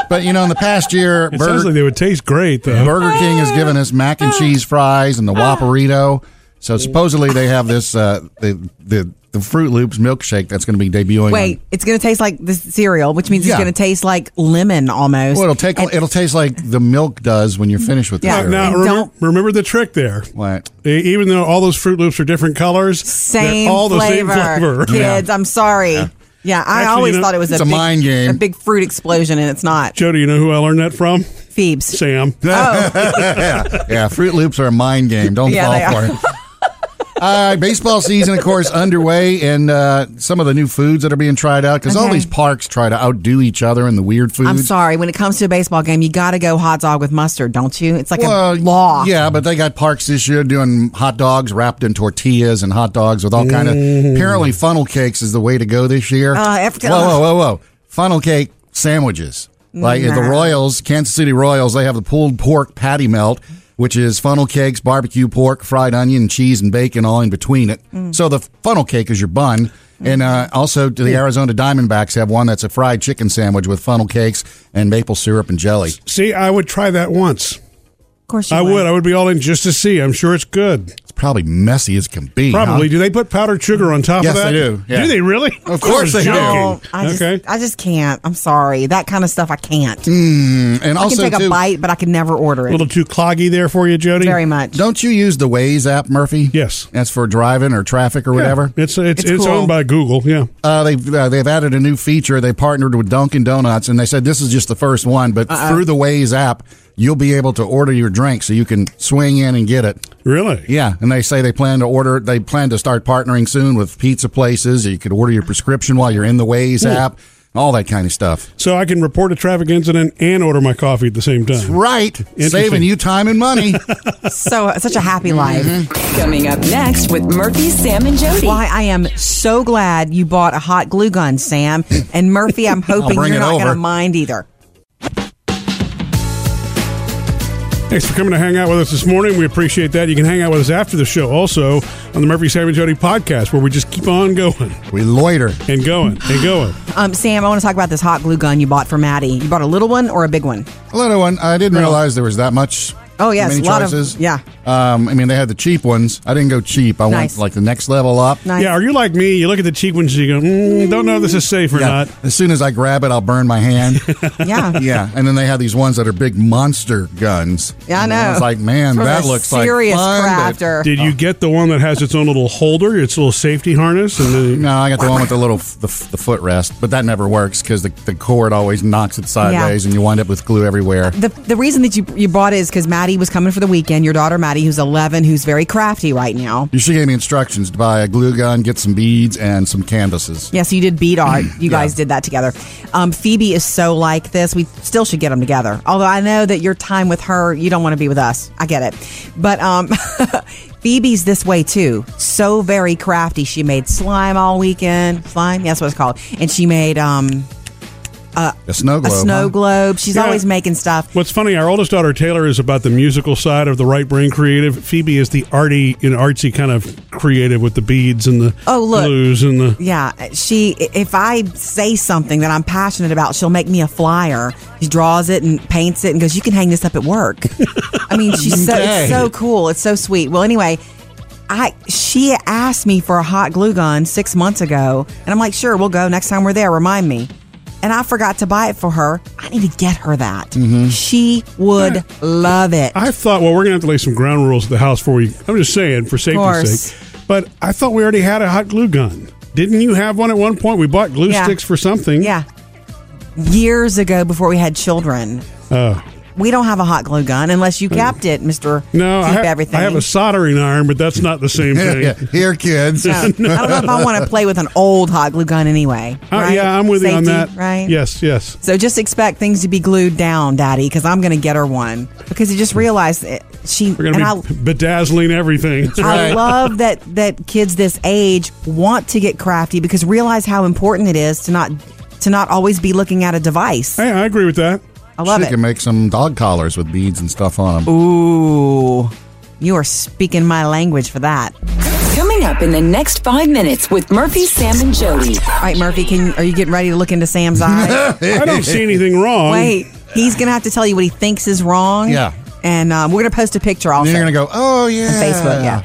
Speaker 2: But you know, in the past year,
Speaker 1: It sounds
Speaker 2: Burger,
Speaker 1: like they would taste great, though.
Speaker 2: Burger King has given us mac and cheese fries and the Whopperito. So supposedly they have this uh, the the the Fruit Loops milkshake that's going to be debuting. on-
Speaker 3: Wait, it's going to taste like the cereal, which means
Speaker 2: Yeah.
Speaker 3: it's going to taste like lemon almost.
Speaker 2: well, it'll take.
Speaker 3: And-
Speaker 2: it'll taste like the milk does when you're finished with
Speaker 3: Yeah.
Speaker 2: the
Speaker 1: Now,
Speaker 3: And
Speaker 1: remember,
Speaker 3: don't-
Speaker 1: remember the trick there.
Speaker 2: What?
Speaker 1: E- Even though all those Fruit Loops are different colors, they're
Speaker 3: same
Speaker 1: all the
Speaker 3: flavor,
Speaker 1: same flavor.
Speaker 3: kids. I'm sorry. Yeah, I
Speaker 1: Actually,
Speaker 3: always
Speaker 1: you know,
Speaker 3: thought it was
Speaker 2: it's a
Speaker 3: big,
Speaker 2: mind game.
Speaker 3: a big fruit explosion, and it's not.
Speaker 1: Jody, you know who I learned that from?
Speaker 3: Phoebes.
Speaker 1: Sam.
Speaker 3: Oh,
Speaker 2: yeah, <laughs> yeah. Fruit Loops are a mind game. Don't
Speaker 3: Yeah, they
Speaker 2: fall for it. <laughs> Uh, baseball season, of course, underway, and uh, some of the new foods that are being tried out because all
Speaker 3: Okay.
Speaker 2: these parks try to outdo each other in the weird foods.
Speaker 3: Mm-hmm. I'm sorry. When it comes to a baseball game, you got to go hot dog with mustard, don't you? It's like
Speaker 2: Well,
Speaker 3: a law.
Speaker 2: Yeah, but they got parks this year doing hot dogs wrapped in tortillas and hot dogs with all kind of. Apparently, funnel cakes is the way to go this year.
Speaker 3: Mm. Uh, every-
Speaker 2: whoa, whoa, whoa, whoa! Funnel cake sandwiches. Like the
Speaker 3: Nah.
Speaker 2: Royals, Kansas City Royals, they have the pulled pork patty melt, which is funnel cakes, barbecue pork, fried onion, cheese, and bacon all in between it.
Speaker 3: Mm.
Speaker 2: So the funnel cake is your bun. And uh, also, the Arizona Diamondbacks have one that's a fried chicken sandwich with funnel cakes and maple syrup and jelly.
Speaker 1: See, I would try that once.
Speaker 3: Of course, you
Speaker 1: I would. I would be all in just to see. I'm sure it's good.
Speaker 2: It's probably messy as can be. huh?
Speaker 1: Probably. Do they put powdered sugar on top
Speaker 2: Yes,
Speaker 1: of that?
Speaker 2: they do. Yeah.
Speaker 1: Do they really?
Speaker 2: Of course
Speaker 1: I was
Speaker 2: they do.
Speaker 1: joking.
Speaker 3: No, I just,
Speaker 1: okay.
Speaker 3: I just can't. I'm sorry. That kind of stuff, I can't.
Speaker 2: And
Speaker 3: I can
Speaker 2: also,
Speaker 3: take
Speaker 2: too,
Speaker 3: a bite, but I can never order
Speaker 1: A
Speaker 3: it.
Speaker 1: little too cloggy there for you, Jody.
Speaker 3: Very much.
Speaker 2: don't you use the Waze app, Murphy?
Speaker 1: Yes.
Speaker 2: That's for driving or traffic or
Speaker 1: Yeah.
Speaker 2: whatever.
Speaker 1: It's it's, it's,
Speaker 3: It's cool.
Speaker 1: owned by Google. Yeah.
Speaker 2: Uh, they've uh, they've added a new feature. They partnered with Dunkin' Donuts, and they said this is just the first one, but
Speaker 3: Uh-uh.
Speaker 2: through the Waze app, you'll be able to order your drink, so you can swing in and get it.
Speaker 1: Really.
Speaker 2: Yeah, and they say they plan to order. They plan to start partnering soon with pizza places. You could order your prescription while you're in the Waze app, all that kind of stuff.
Speaker 1: So I can report a traffic incident and order my coffee at the same time.
Speaker 2: Right, saving you time and
Speaker 3: <laughs>
Speaker 2: money.
Speaker 3: So such a happy life.
Speaker 2: Mm-hmm.
Speaker 6: Coming up next with Murphy, Sam, and Jody.
Speaker 3: Why I am so glad you bought a hot glue gun, Sam. And
Speaker 2: <laughs>
Speaker 3: Murphy, I'm hoping
Speaker 2: bring
Speaker 3: you're
Speaker 2: it
Speaker 3: not
Speaker 2: over.
Speaker 3: going to mind either.
Speaker 1: Thanks for coming to hang out with us this morning. We appreciate that. You can hang out with us after the show also on the Murphy Sam and Jody podcast, where we just keep on going
Speaker 2: we loiter.
Speaker 1: and going and
Speaker 3: <sighs>
Speaker 1: going.
Speaker 3: Um, Sam, I want to talk about this hot glue gun you bought for Maddie. You bought a little one or a big one?
Speaker 2: A little one. I didn't realize there was that much.
Speaker 3: Oh, yes,
Speaker 2: many
Speaker 3: a lot of-
Speaker 2: choices.
Speaker 3: yeah.
Speaker 2: Um, I mean, they had the cheap ones. I didn't go cheap. I
Speaker 3: Nice.
Speaker 2: went like the next level up.
Speaker 3: Nice.
Speaker 1: Yeah, are you like me? You look at the cheap ones and you go, mm, don't know if this is safe or
Speaker 2: Yeah.
Speaker 1: not.
Speaker 2: As soon as I grab it, I'll burn my hand.
Speaker 3: Yeah.
Speaker 2: yeah. And then they have these ones that are big monster guns.
Speaker 3: Yeah,
Speaker 2: <laughs>
Speaker 3: I
Speaker 2: And
Speaker 3: know.
Speaker 2: It's like, man,
Speaker 3: For
Speaker 2: that
Speaker 3: the
Speaker 2: looks
Speaker 3: serious
Speaker 2: like fun, but-
Speaker 3: crafter.
Speaker 1: Did you get the one that has its own little holder, its little safety harness? And then,
Speaker 2: No, I got the one with the little f- the, f- the footrest, but that never works because the, the cord always knocks it sideways, and you wind up with glue everywhere.
Speaker 3: The, the reason that you you bought it is because Maddie was coming for the weekend. Your daughter Maddie, who's 11, who's very crafty right now.
Speaker 2: You should gave me instructions to buy a glue gun, get some beads, and some canvases.
Speaker 3: Yeah, so you did bead art. You guys did that together. Um, Phoebe is so like this. We still should get them together. Although I know that your time with her, you don't want to be with us. I get it. But um, <laughs> Phoebe's this way too. So very crafty. She made slime all weekend. Slime? Yeah, that's what it's called. And she made um,
Speaker 2: A snow
Speaker 3: a
Speaker 2: globe.
Speaker 3: snow
Speaker 2: huh?
Speaker 3: globe. She's
Speaker 1: Yeah.
Speaker 3: always making stuff.
Speaker 1: What's funny, our oldest daughter Taylor is about the musical side of the right brain creative. Phoebe is the arty and artsy kind of creative with the beads and the
Speaker 3: Oh, look.
Speaker 1: glues and the
Speaker 3: Yeah, she. If I say something that I'm passionate about, she'll make me a flyer. She draws it and paints it and goes, "You can hang this up at work." I mean, she's so
Speaker 2: Okay.
Speaker 3: it's so cool. It's so sweet. Well, anyway, I she asked me for a hot glue gun six months ago, and I'm like, "Sure, we'll go next time we're there. Remind me." And I forgot to buy it for her. I need to get her that. She would love it.
Speaker 1: I thought, well, we're going to have to lay some ground rules at the house for you. I'm just saying, for safety's
Speaker 3: course.
Speaker 1: sake. But I thought we already had a hot glue gun. Didn't you have one at one point? We bought glue
Speaker 3: Yeah.
Speaker 1: sticks for something.
Speaker 3: yeah, years ago before we had children.
Speaker 1: Uh,
Speaker 3: We don't have a hot glue gun unless you kept it, Mister.
Speaker 1: Oh. no, I
Speaker 3: keep
Speaker 1: have,
Speaker 3: everything.
Speaker 1: I have a soldering iron, but that's not the same
Speaker 2: <laughs> Yeah,
Speaker 1: thing.
Speaker 2: yeah. Here, kids. <laughs>
Speaker 3: No, I
Speaker 1: <laughs>
Speaker 3: don't know if I want to play with an old hot glue gun anyway.
Speaker 1: Uh,
Speaker 3: right?
Speaker 1: Yeah, I'm with you on
Speaker 3: Safety,
Speaker 1: that.
Speaker 3: Right?
Speaker 1: Yes, yes.
Speaker 3: So just expect things to be glued down, Daddy, because I'm going to get her one. Because I just realized it, she
Speaker 1: We're going to
Speaker 3: and I,
Speaker 1: be bedazzling everything.
Speaker 3: I love that that kids this age want to get crafty because realize how important it is to not to not always be looking at a device.
Speaker 1: <laughs> Hey, I agree with that.
Speaker 3: I love
Speaker 2: she
Speaker 3: it.
Speaker 2: can make some dog collars with beads and stuff on them.
Speaker 3: Ooh, you are speaking my language for that.
Speaker 6: Coming up in the next five minutes with Murphy, Sam, and Jody.
Speaker 3: All right, Murphy, can are you getting ready to look into
Speaker 2: <laughs>
Speaker 3: Sam's eyes?
Speaker 1: I don't see anything wrong.
Speaker 3: Wait, he's gonna have to tell you what he thinks is wrong.
Speaker 2: Yeah.
Speaker 3: and um, we're gonna post a picture also
Speaker 2: Then you're gonna go, oh yeah,
Speaker 3: on Facebook. Yeah,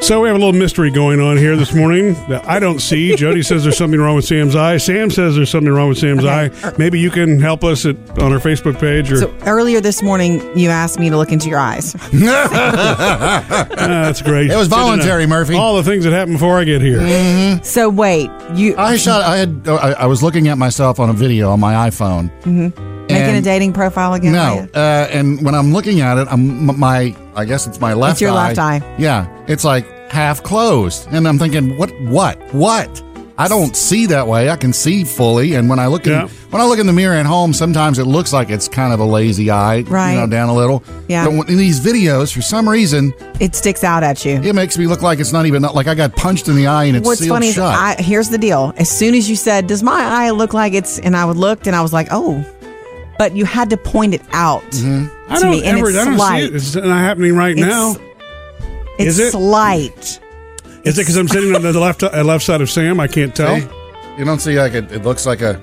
Speaker 1: So we have a little mystery going on here this morning that I don't see. Jody says there's something wrong with Sam's eye. Sam says there's something wrong with Sam's eye. Maybe you can help us at, on our Facebook page or
Speaker 3: So earlier this morning, you asked me to look into your eyes.
Speaker 1: <laughs> Ah, that's great.
Speaker 2: It was voluntary,
Speaker 1: Good to know.
Speaker 2: Murphy.
Speaker 1: All the things that happened before I get here.
Speaker 3: So wait, you
Speaker 2: I shot. I had. oh, I, I was looking at myself on a video on my iPhone.
Speaker 3: making a
Speaker 2: and-
Speaker 3: dating profile again? are
Speaker 2: No,
Speaker 3: you?
Speaker 2: uh, and when I'm looking at it, I'm m- my. I guess it's my left.
Speaker 3: your
Speaker 2: eye.
Speaker 3: left eye.
Speaker 2: Yeah, it's like half closed, and I'm thinking, what, what, what? I don't see that way. I can see fully, and when I look in,
Speaker 1: Yeah.
Speaker 2: when I look in the mirror at home, sometimes it looks like it's kind of a lazy eye,
Speaker 3: Right.
Speaker 2: You know, down a little.
Speaker 3: Yeah.
Speaker 2: But when- in these videos, for some reason,
Speaker 3: It sticks out at you.
Speaker 2: it makes me look like it's not even like I got punched in the eye and it's
Speaker 3: What's
Speaker 2: sealed
Speaker 3: funny is
Speaker 2: shut.
Speaker 3: I, here's the deal. As soon as you said, "Does my eye look like it's," and I would looked and I was like, "Oh," but you had to point it out
Speaker 1: I
Speaker 2: Mm-hmm.
Speaker 3: to
Speaker 1: don't
Speaker 3: me, and
Speaker 1: ever.
Speaker 3: it's
Speaker 1: I don't
Speaker 3: slight.
Speaker 1: see it. It's not happening right
Speaker 3: It's-
Speaker 1: now. Is
Speaker 3: It's
Speaker 1: it?
Speaker 3: slight.
Speaker 1: Is it because I'm sitting on the left uh, left side of Sam? I can't tell.
Speaker 2: See? You don't see like it, it looks like a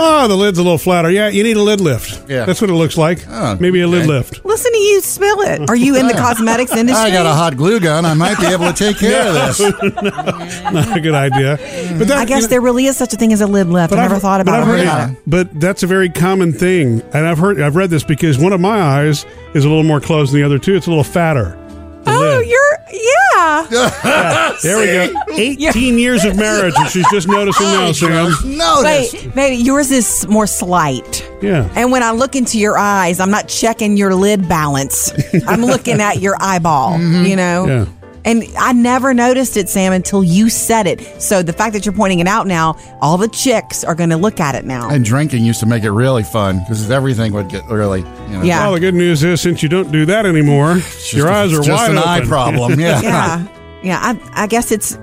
Speaker 1: Oh, the lid's a little flatter. Yeah, you need a lid lift.
Speaker 2: Yeah.
Speaker 1: that's what it looks like.
Speaker 2: Oh,
Speaker 1: Maybe a lid
Speaker 2: okay.
Speaker 1: lift. <laughs>
Speaker 3: Listen to you spill it. Are you in the cosmetics
Speaker 2: I
Speaker 3: industry?
Speaker 2: got a hot glue gun. I might be able to take care of this.
Speaker 1: Not a good idea. But that,
Speaker 3: I guess
Speaker 1: you know-
Speaker 3: there really is such a thing as a lid lift. I never thought about
Speaker 1: but
Speaker 3: it.
Speaker 1: I've
Speaker 3: Heard
Speaker 1: heard-
Speaker 3: about it.
Speaker 1: But that's a very common thing, and I've heard I've read this because one of my eyes is a little more closed than the other two. It's a little fatter. The
Speaker 3: Oh,
Speaker 1: lid.
Speaker 3: you're yeah.
Speaker 1: there we go. <laughs> Eighteen years of marriage, and she's just noticing now, Sam. <laughs>
Speaker 2: Notice.
Speaker 3: Wait, maybe yours is more slight.
Speaker 1: Yeah.
Speaker 3: And when I look into your eyes, I'm not checking your
Speaker 1: <laughs>
Speaker 3: lid balance. I'm looking at your eyeball, you know?
Speaker 1: Mm-hmm. Yeah.
Speaker 3: And I never noticed it, Sam, until you said it. So the fact that you're pointing it out now, all the chicks are going to look at it now.
Speaker 2: And drinking used to make it really fun because everything would get really, you know.
Speaker 3: Yeah.
Speaker 1: Well, the good news is since you don't do that anymore,
Speaker 2: it's
Speaker 1: your
Speaker 2: just-
Speaker 1: eyes are
Speaker 2: it's just
Speaker 1: wide
Speaker 2: an
Speaker 1: open.
Speaker 2: eye problem. Yeah.
Speaker 3: yeah. Yeah. I, I guess it's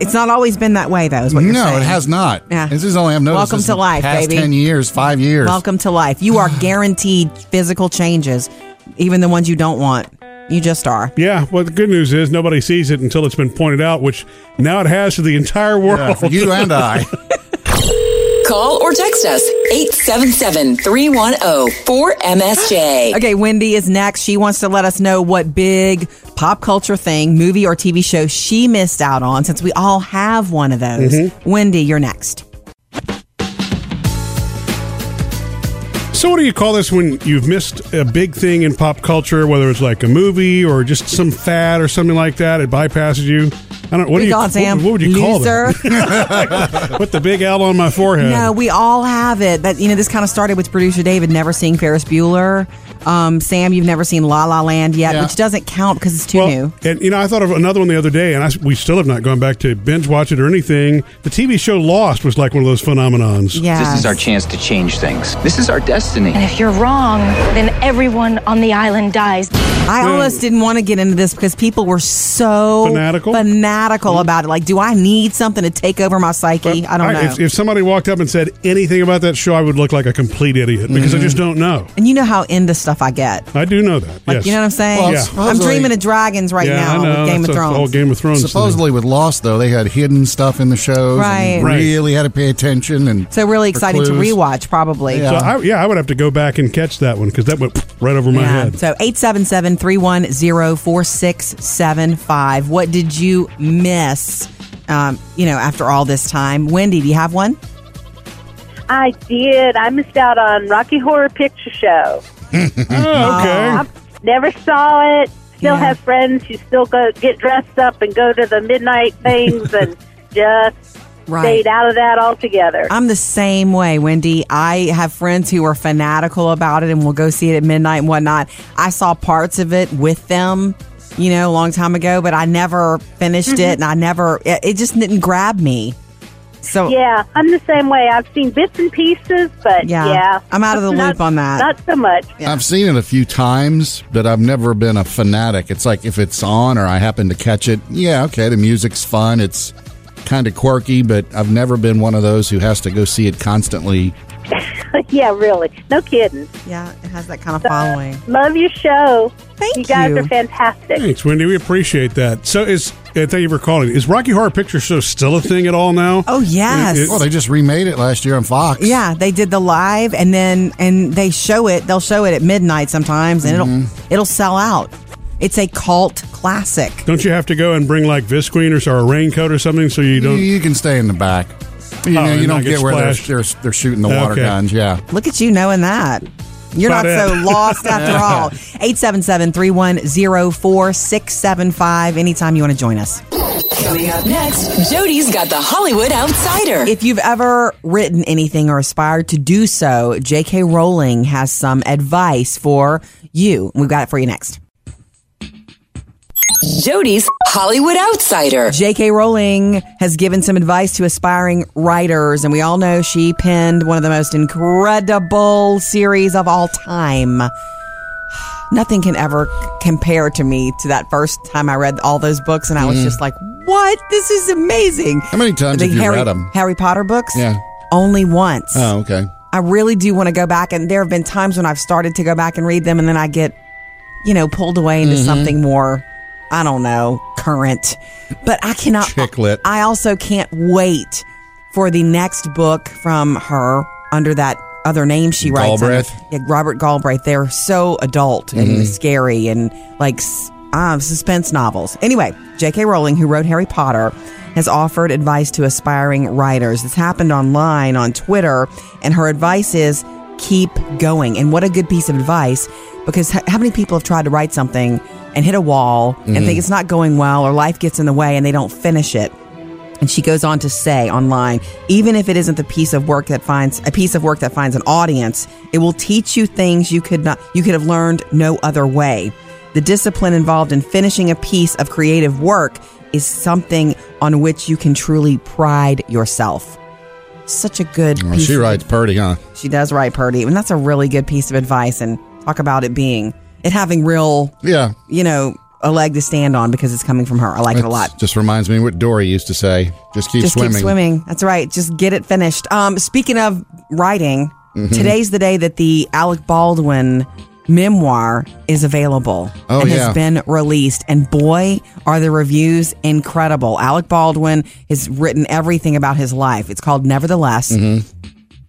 Speaker 3: it's not always been that way, though, is what
Speaker 2: No,
Speaker 3: you're saying.
Speaker 2: it has not.
Speaker 3: Yeah.
Speaker 2: This is only I've noticed.
Speaker 3: Welcome
Speaker 2: this
Speaker 3: to
Speaker 2: in
Speaker 3: life,
Speaker 2: past
Speaker 3: baby.
Speaker 2: Ten years, five years.
Speaker 3: Welcome to life. You are
Speaker 1: <sighs>
Speaker 3: guaranteed physical changes, even the ones you don't want. You just are.
Speaker 1: <laughs> Yeah, well, the good news is nobody sees it until it's been pointed out, which now it has to the entire world.
Speaker 2: <laughs> Yeah, for you
Speaker 1: <laughs>
Speaker 2: and I.
Speaker 6: Call or text us 877 310 4MSJ.
Speaker 3: Okay, Wendy is next. She wants to let us know what big pop culture thing, movie or TV show she missed out on since we all have one of those.
Speaker 1: Mm-hmm.
Speaker 3: Wendy, you're next.
Speaker 1: So, what do you call this when you've missed a big thing in pop culture, whether it's like a movie or just some fad or something like that? It bypasses you. I don't. What do
Speaker 3: Be
Speaker 1: you?
Speaker 3: gone,
Speaker 1: what-
Speaker 3: Sam.
Speaker 1: What, would you call
Speaker 3: Loser.
Speaker 1: that? <laughs> Put the big L on my forehead.
Speaker 3: No, we all have it. That you know, this kind of started with producer David never seeing Ferris Bueller. Um, Sam, you've never seen La La Land yet,
Speaker 2: Yeah.
Speaker 3: which doesn't count because it's too
Speaker 1: Well,
Speaker 3: new.
Speaker 1: and you know, I thought of another one the other day, and I, we still have not gone back to binge watch it or anything. The TV show Lost was like one of those phenomenons.
Speaker 3: Yeah,
Speaker 9: This is our chance to change things. This is our destiny.
Speaker 5: And if you're wrong, then everyone on the island dies.
Speaker 3: I almost didn't want to get into this because people were so
Speaker 1: Fanatical? Mm-hmm.
Speaker 3: fanatical about it. Like, do I need something to take over my psyche? I don't know.
Speaker 1: If, if somebody walked up and said anything about that show, I would look like a complete idiot because
Speaker 3: Mm-hmm.
Speaker 1: I just don't know.
Speaker 3: and you know how into stuff I get.
Speaker 1: I do know that.
Speaker 3: Like,
Speaker 1: yes.
Speaker 3: you know what I'm saying?
Speaker 2: Well,
Speaker 1: Yeah.
Speaker 3: I'm
Speaker 2: supposedly-
Speaker 3: dreaming of dragons right
Speaker 1: yeah,
Speaker 3: now
Speaker 1: I know.
Speaker 3: with Game
Speaker 1: That's
Speaker 3: of
Speaker 1: a whole
Speaker 3: Thrones.
Speaker 1: Game of Thrones. thing.
Speaker 2: Supposedly with Lost though, they had hidden stuff in the shows.
Speaker 3: Right.
Speaker 2: And
Speaker 1: Right.
Speaker 2: Really had to pay attention and
Speaker 3: so really
Speaker 2: for
Speaker 3: excited to
Speaker 2: clues.
Speaker 3: rewatch probably.
Speaker 2: Yeah.
Speaker 1: So I, yeah, I would have to go back and catch that one because that went right over my
Speaker 3: Yeah.
Speaker 1: head.
Speaker 3: So 877-310-4675. What did you miss? Um, you know, after all this time, Wendy, do you have one?
Speaker 5: I did. I missed out on Rocky Horror Picture Show.
Speaker 1: Oh, okay.
Speaker 5: Never saw it. Still
Speaker 3: Yeah.
Speaker 5: have friends who still go get dressed up and go to
Speaker 3: <laughs>
Speaker 5: the midnight things and just
Speaker 3: Right.
Speaker 5: stayed out of that altogether.
Speaker 3: I'm the same way, Wendy. I have friends who are fanatical about it and will go see it at midnight and whatnot. I saw parts of it with them, you know, a long time ago, but I never finished it and I never, it, it just didn't grab me. So,
Speaker 5: yeah, I'm the same way. I've seen bits and pieces, but
Speaker 3: Yeah.
Speaker 5: yeah,
Speaker 3: I'm out of the
Speaker 5: Not-
Speaker 3: loop on that.
Speaker 5: Not so much.
Speaker 2: I've seen it a few times, but I've never been a fanatic. It's like if it's on or I happen to catch it, yeah, okay, the music's fun. It's kind of quirky, but I've never been one of those who has to go see it constantly.
Speaker 5: <laughs> yeah, really. No kidding.
Speaker 3: yeah, it has that kind of following.
Speaker 5: Love your show.
Speaker 3: Thank
Speaker 5: you. guys
Speaker 3: you.
Speaker 5: are fantastic.
Speaker 1: Thanks, Wendy. We appreciate that. So is uh, thank you for calling. Is Rocky Horror Picture Show still a thing at all now?
Speaker 3: Oh, yes.
Speaker 1: It- it-
Speaker 2: Well, they just remade it last year on Fox.
Speaker 3: Yeah, they did the live and then, and they show it, they'll show it at midnight sometimes and it'll, it'll sell out. It's a cult classic.
Speaker 1: Don't you have to go and bring like visqueen or, or a raincoat or something so you
Speaker 2: You,
Speaker 1: don't?
Speaker 2: you can stay in the back. You,
Speaker 1: Oh,
Speaker 2: know,
Speaker 1: and
Speaker 2: you
Speaker 1: not
Speaker 2: don't
Speaker 1: get
Speaker 2: get, where they're,
Speaker 1: splashed.
Speaker 2: they're, they're shooting the water
Speaker 1: Okay.
Speaker 2: guns. Yeah.
Speaker 3: Look at you knowing that. You're
Speaker 1: About
Speaker 3: not so
Speaker 1: it.
Speaker 3: lost after all. 877 310 4675. Anytime you want to join us.
Speaker 6: Coming up next, Jody's got the Hollywood Outsider.
Speaker 3: If you've ever written anything or aspired to do so, J.K. Rowling has some advice for you. We've got it for you next.
Speaker 6: Jody's Hollywood Outsider.
Speaker 3: J.K. Rowling has given some advice to aspiring writers, and we all know she penned one of the most incredible series of all time. <sighs> Nothing can ever c- compare to me to that first time I read all those books, and I was just like, "What? This is amazing!"
Speaker 2: Hmm. How many times
Speaker 3: the
Speaker 2: have you
Speaker 3: Harry,
Speaker 2: read 'em?
Speaker 3: Harry Potter books?
Speaker 2: Yeah.
Speaker 3: only once.
Speaker 2: Oh, okay.
Speaker 3: I really do want to go back, and there have been times when I've started to go back and read them, and then I get, you know, pulled away into something more, I don't know, current. But I cannot.
Speaker 2: Chicklet.
Speaker 3: I also can't wait for the next book from her under that other name she writes. under-
Speaker 2: Galbraith?
Speaker 3: Yeah, Robert Galbraith. They're so adult and scary and like s- uh, suspense novels. Anyway, J.K. Rowling, who wrote Harry Potter, has offered advice to aspiring writers. This happened online on Twitter, and her advice is keep going. And what a good piece of advice because h- how many people have tried to write something and hit a wall and think it's not going well or life gets in the way and they don't finish it? And she goes on to say online, even if it isn't the piece of work that finds a piece of work that finds an audience, it will teach you things you could not you could have learned no other way. The discipline involved in finishing a piece of creative work is something on which you can truly pride yourself. Such a good
Speaker 2: Well,
Speaker 3: piece
Speaker 2: she
Speaker 3: of
Speaker 2: rides Purdy, huh?
Speaker 3: she does write Purdy, and that's a really good piece of advice. And talk about it being it having real,
Speaker 2: Yeah.
Speaker 3: you know, a leg to stand on because it's coming from her. I like it a
Speaker 2: It's-
Speaker 3: lot.
Speaker 2: Just reminds me what Dory used to say. Just keep
Speaker 3: Just
Speaker 2: swimming.
Speaker 3: keep swimming. That's right. Just get it finished. Um, speaking of writing,
Speaker 2: Mm-hmm.
Speaker 3: today's the day that the Alec Baldwin memoir is available
Speaker 2: Oh,
Speaker 3: and
Speaker 2: yeah.
Speaker 3: has been released. And boy, are the reviews incredible. Alec Baldwin has written everything about his life. It's called Nevertheless.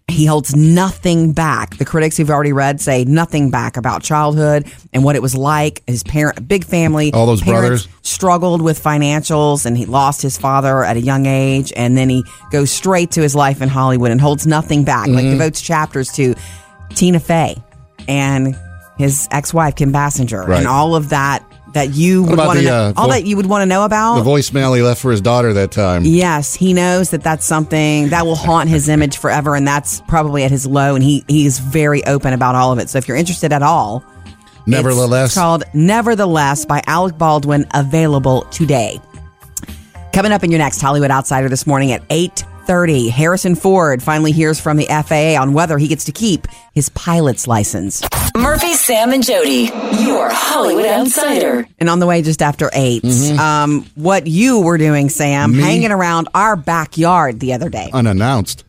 Speaker 3: He holds nothing back. The critics who've already read say nothing back about childhood and what it was like. His parent, big family,
Speaker 2: All those
Speaker 3: Parents
Speaker 2: brothers.
Speaker 3: struggled with financials, and he lost his father at a young age, and then he goes straight to his life in Hollywood and holds nothing back. Like
Speaker 2: Mm-hmm.
Speaker 3: devotes chapters to Tina Fey and his ex-wife Kim Bassinger,
Speaker 2: Right.
Speaker 3: and all of that that you would
Speaker 2: about
Speaker 3: want to
Speaker 2: the,
Speaker 3: know,
Speaker 2: uh,
Speaker 3: all
Speaker 2: vo-
Speaker 3: that you would want to know about.
Speaker 2: The voicemail he left for his daughter that time.
Speaker 3: Yes, he knows that that's something that will haunt his image forever, and that's probably at his low. And he he is very open about all of it. So if you're interested at all, it's-
Speaker 2: Nevertheless,
Speaker 3: It's called Nevertheless by Alec Baldwin, available today. Coming up in your next Hollywood Outsider this morning at 8.30, Harrison Ford finally hears from the FAA on whether he gets to keep his pilot's license.
Speaker 6: Murphy, Sam, and Jody.
Speaker 4: Your Hollywood Outsider.
Speaker 3: And on the way just after 8, um, what you were doing, Sam, hanging around our backyard the other day.
Speaker 2: unannounced.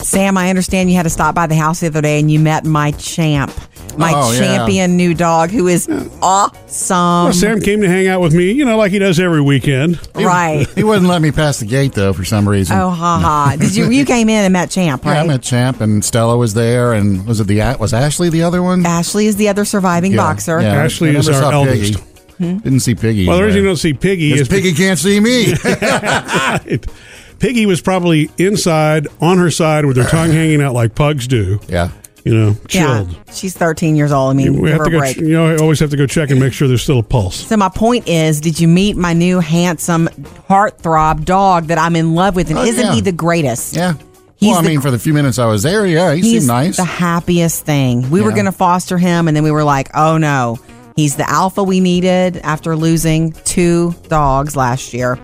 Speaker 3: Sam, I understand you had to stop by the house the other day and you met my champ, my
Speaker 2: Oh, yeah.
Speaker 3: champion new dog who is awesome.
Speaker 1: Well, Sam came to hang out with me, you know, like he does every weekend.
Speaker 3: Right.
Speaker 2: He wouldn't let me pass the gate though for some reason.
Speaker 3: Oh, ha ha! Did you you came in and met Champ? Right?
Speaker 2: Yeah, I met Champ and Stella was there, and was it the was Ashley the other one?
Speaker 3: Ashley is the other surviving boxer. Hmm?
Speaker 2: yeah.
Speaker 1: Ashley
Speaker 2: I never
Speaker 1: is our
Speaker 2: saw
Speaker 1: eldest.
Speaker 2: Piggy. Didn't see Piggy.
Speaker 1: Well, the reason you
Speaker 2: anywhere.
Speaker 1: don't see Piggy
Speaker 2: Because
Speaker 1: is
Speaker 2: Piggy can't see me.
Speaker 1: <laughs> Right. Piggy was probably inside on her side with her tongue hanging out like pugs do.
Speaker 2: yeah.
Speaker 1: You know,
Speaker 3: Yeah.
Speaker 1: chilled.
Speaker 3: she's 13 years old. I mean,
Speaker 1: We have
Speaker 3: give her
Speaker 1: to
Speaker 3: a
Speaker 1: go.
Speaker 3: break.
Speaker 1: you know, I always have to go check and make sure there's still a pulse.
Speaker 3: so my point is, did you meet my new handsome heartthrob dog that I'm in love with? And
Speaker 2: Oh,
Speaker 3: isn't
Speaker 2: yeah.
Speaker 3: he the greatest?
Speaker 2: Yeah.
Speaker 3: He's
Speaker 2: well, I
Speaker 3: the-
Speaker 2: mean, for the few minutes I was there, yeah, he
Speaker 3: He's
Speaker 2: seemed nice.
Speaker 3: the happiest thing. We were
Speaker 2: Yeah.
Speaker 3: going to foster him, and then we were like, oh no, he's the alpha we needed after losing two dogs last year.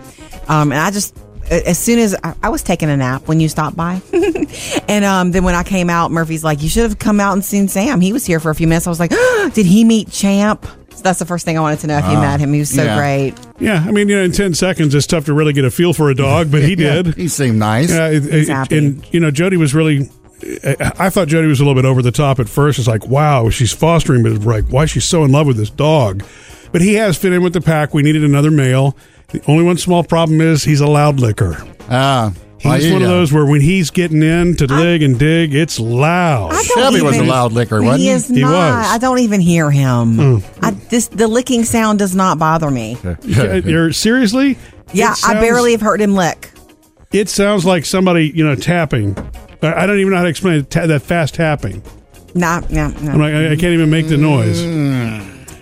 Speaker 3: Um, and I just, a- as soon as I, I was taking a nap when you stopped by, <laughs> and um, then when I came out, Murphy's like, you should have come out and seen Sam. He was here for a few minutes. I was like, <gasps> did he meet Champ? So that's the first thing I wanted to know if you met him. He was so
Speaker 2: yeah.
Speaker 3: great.
Speaker 1: Yeah, I mean, you know, in ten seconds, it's tough to really get a feel for a dog,
Speaker 3: <laughs>
Speaker 1: but he
Speaker 2: Yeah,
Speaker 1: did.
Speaker 2: he seemed nice.
Speaker 1: Yeah, it- it-
Speaker 3: happy.
Speaker 1: and you know, Jody was really. I I thought Jody was a little bit over the top at first. It's like, wow, she's fostering, but it's like, why is she so in love with this dog? But he has fit in with the pack. We needed another male. The only one small problem is he's a loud licker.
Speaker 2: Ah,
Speaker 1: He's
Speaker 2: Paella.
Speaker 1: one of those where when he's getting in to dig and dig, it's loud.
Speaker 3: I don't
Speaker 2: Chevy was
Speaker 3: even-
Speaker 2: a loud licker, wasn't
Speaker 3: he?
Speaker 2: he? Hmm.
Speaker 3: Is
Speaker 1: He
Speaker 3: not.
Speaker 1: was.
Speaker 3: I don't even hear him. I, this the licking sound does not bother me.
Speaker 1: Yeah, <laughs> You're seriously?
Speaker 3: Yeah,
Speaker 1: It sounds-
Speaker 3: I barely have heard him lick.
Speaker 1: It sounds like somebody you know tapping. I I don't even know how to explain it, ta- that fast tapping.
Speaker 3: Nah, nah,
Speaker 1: I'm
Speaker 3: nah.
Speaker 1: like, I, I can't even make the noise.
Speaker 2: Mm,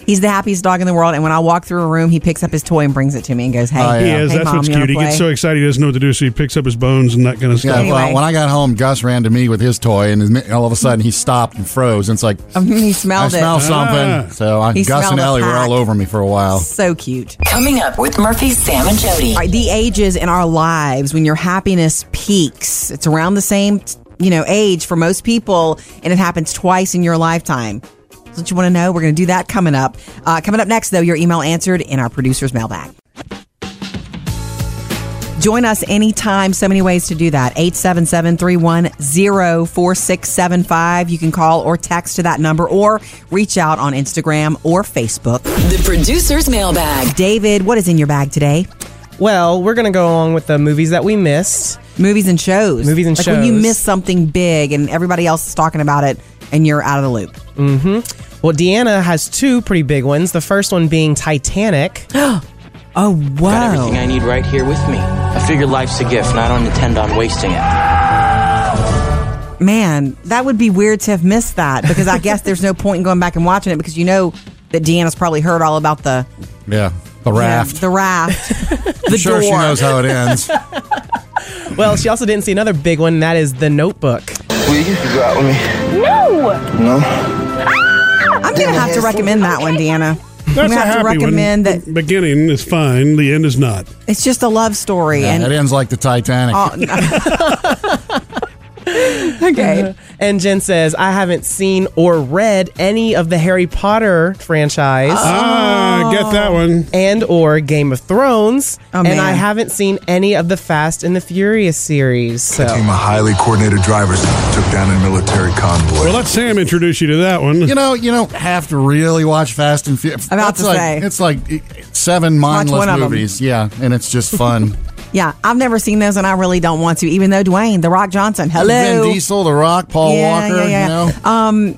Speaker 3: He's the happiest dog in the world, and when I walk through a room, he picks up his toy and brings it to me and goes, "Hey,
Speaker 2: Oh, yeah.
Speaker 1: He is.
Speaker 3: hey,
Speaker 1: That's
Speaker 3: mom,
Speaker 1: what's
Speaker 3: you
Speaker 1: cute.
Speaker 3: wanna
Speaker 1: He gets
Speaker 3: play?"
Speaker 1: so
Speaker 3: <laughs>
Speaker 1: excited he doesn't know what to do, so he picks up his bones and that kind of
Speaker 2: Yeah,
Speaker 1: stuff.
Speaker 3: Anyway.
Speaker 2: well, when I got home, Gus ran to me with his toy, and his, all of a sudden he stopped and froze. And it's like
Speaker 3: Oh, he
Speaker 2: I
Speaker 3: smelled it.
Speaker 2: smell something.
Speaker 1: Ah.
Speaker 2: So I,
Speaker 3: He
Speaker 2: Gus
Speaker 3: smelled
Speaker 2: and
Speaker 3: a
Speaker 2: Ellie were all
Speaker 3: pack.
Speaker 2: over me for a while.
Speaker 3: so cute.
Speaker 4: Coming up with Murphy, Sam, and Jody.
Speaker 3: All right, the ages in our lives when your happiness peaks, it's around the same, you know, age for most people, and it happens twice in your lifetime. That's what you want to know. We're going to do that coming up. Uh, coming up next, though, your email answered in our producer's mailbag. Join us anytime. So many ways to do that. 877 310 4675. You can call or text to that number or reach out on Instagram or Facebook.
Speaker 6: The producer's mailbag.
Speaker 3: David, what is in your bag today?
Speaker 7: Well, we're gonna go along with the movies that we missed.
Speaker 3: Movies and shows.
Speaker 7: Movies and
Speaker 3: like When you
Speaker 7: shows.
Speaker 3: miss something big and everybody else is talking about it and you're out of the loop.
Speaker 7: Well, Deanna has two pretty big ones. The first one being Titanic.
Speaker 3: Oh,
Speaker 10: Got everything
Speaker 3: wow.
Speaker 10: I need right here with me. I figure life's a gift, and I don't intend on wasting it.
Speaker 3: Man, that would be weird to have missed that because I guess there's no point in going back and watching it because you know that Deanna's probably heard all about the
Speaker 2: Yeah, the
Speaker 3: you know,
Speaker 2: raft.
Speaker 3: the raft, the
Speaker 2: I'm sure
Speaker 3: door.
Speaker 2: she knows how it
Speaker 3: <laughs>
Speaker 2: ends.
Speaker 7: well, she also didn't see another big one, and that is The Notebook.
Speaker 9: Will you go out with me? No. No?
Speaker 3: I'm going to have to recommend that one, Deanna. I'm
Speaker 1: That's a
Speaker 3: gonna have to
Speaker 1: happy
Speaker 3: recommend
Speaker 1: one.
Speaker 3: that
Speaker 1: The beginning is fine. The end is not.
Speaker 3: it's just a love story
Speaker 2: Yeah, it
Speaker 3: and
Speaker 2: ends like the Titanic.
Speaker 3: oh, <laughs> no.
Speaker 7: <laughs>
Speaker 3: okay.
Speaker 7: And Jen says, I haven't seen or read any of the Harry Potter franchise
Speaker 1: Ah, get that one.
Speaker 7: and or Game of Thrones.
Speaker 3: Oh,
Speaker 7: and
Speaker 3: man.
Speaker 7: I haven't seen any of the Fast and the Furious series. So
Speaker 9: of highly coordinated drivers took down a military convoy.
Speaker 1: Well, let Sam introduce you to that one.
Speaker 2: You know, you don't have to really watch Fast and Furious.
Speaker 3: About to
Speaker 2: like,
Speaker 3: say.
Speaker 2: it's like seven mindless
Speaker 3: one of 'em.
Speaker 2: movies. Yeah, and it's just fun.
Speaker 3: Yeah, I've never seen those and I really don't want to even though Dwayne, The Rock Johnson. <laughs> Hello.
Speaker 2: Vin Diesel, The Rock, Paul
Speaker 3: Yeah,
Speaker 2: Walker.
Speaker 3: yeah, yeah. Uh,
Speaker 2: You know,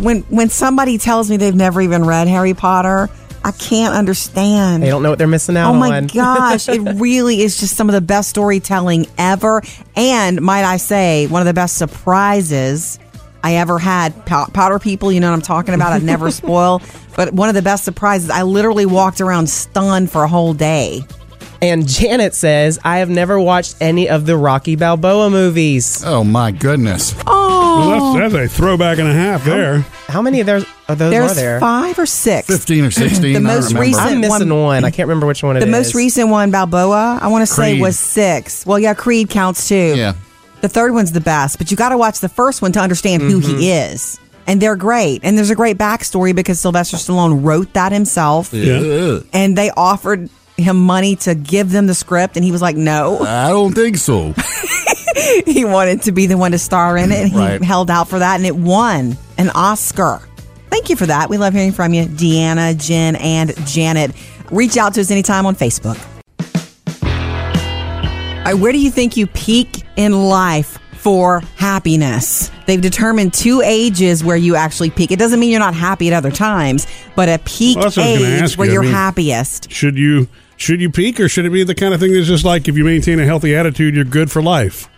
Speaker 3: when when somebody tells me they've never even read Harry Potter, I can't understand.
Speaker 7: they don't know what they're missing out
Speaker 3: Oh my
Speaker 7: on. <laughs>
Speaker 3: gosh, it really is just some of the best storytelling ever. And might I say, one of the best surprises I ever had. Pow- Powder people, you know what I'm talking about. I never
Speaker 7: <laughs>
Speaker 3: spoil, but one of the best surprises. I literally walked around stunned for a whole day.
Speaker 7: And Janet says, I have never watched any of the Rocky Balboa movies.
Speaker 2: oh my goodness.
Speaker 3: oh,
Speaker 1: Well, that's, that's a throwback and a half there.
Speaker 7: How many of those, of those
Speaker 3: There's
Speaker 7: are there?
Speaker 3: five or six.
Speaker 2: 15 or 16.
Speaker 3: The
Speaker 2: I
Speaker 3: most
Speaker 2: remember.
Speaker 3: recent-
Speaker 7: I'm missing
Speaker 3: One-
Speaker 7: one. I can't remember which one it is.
Speaker 3: The most recent one, Balboa, I want to say
Speaker 2: Creed.
Speaker 3: was six. Well, yeah, Creed counts too.
Speaker 2: Yeah.
Speaker 3: The third one's the best, but you got to watch the first one to understand who he is. And they're great. And there's a great backstory because Sylvester Stallone wrote that himself.
Speaker 1: Yeah.
Speaker 3: And they offered him money to give them the script. And he was like, no,
Speaker 2: I don't think so. <laughs>
Speaker 3: <laughs> he wanted to be the one to star in it. And he
Speaker 2: Right.
Speaker 3: held out for that. And it won an Oscar. Thank you for that. We love hearing from you, Deanna, Jen, and Janet. Reach out to us anytime on Facebook. All right, where do you think you peak in life for happiness? They've determined two ages where you actually peak. It doesn't mean you're not happy at other times, but a peak
Speaker 1: Well, that's what I was gonna
Speaker 3: age
Speaker 1: ask
Speaker 3: where
Speaker 1: you. I
Speaker 3: you're
Speaker 1: mean-
Speaker 3: happiest.
Speaker 1: Should you should you peak or should it be the kind of thing that's just like if you maintain a healthy attitude, you're good for life?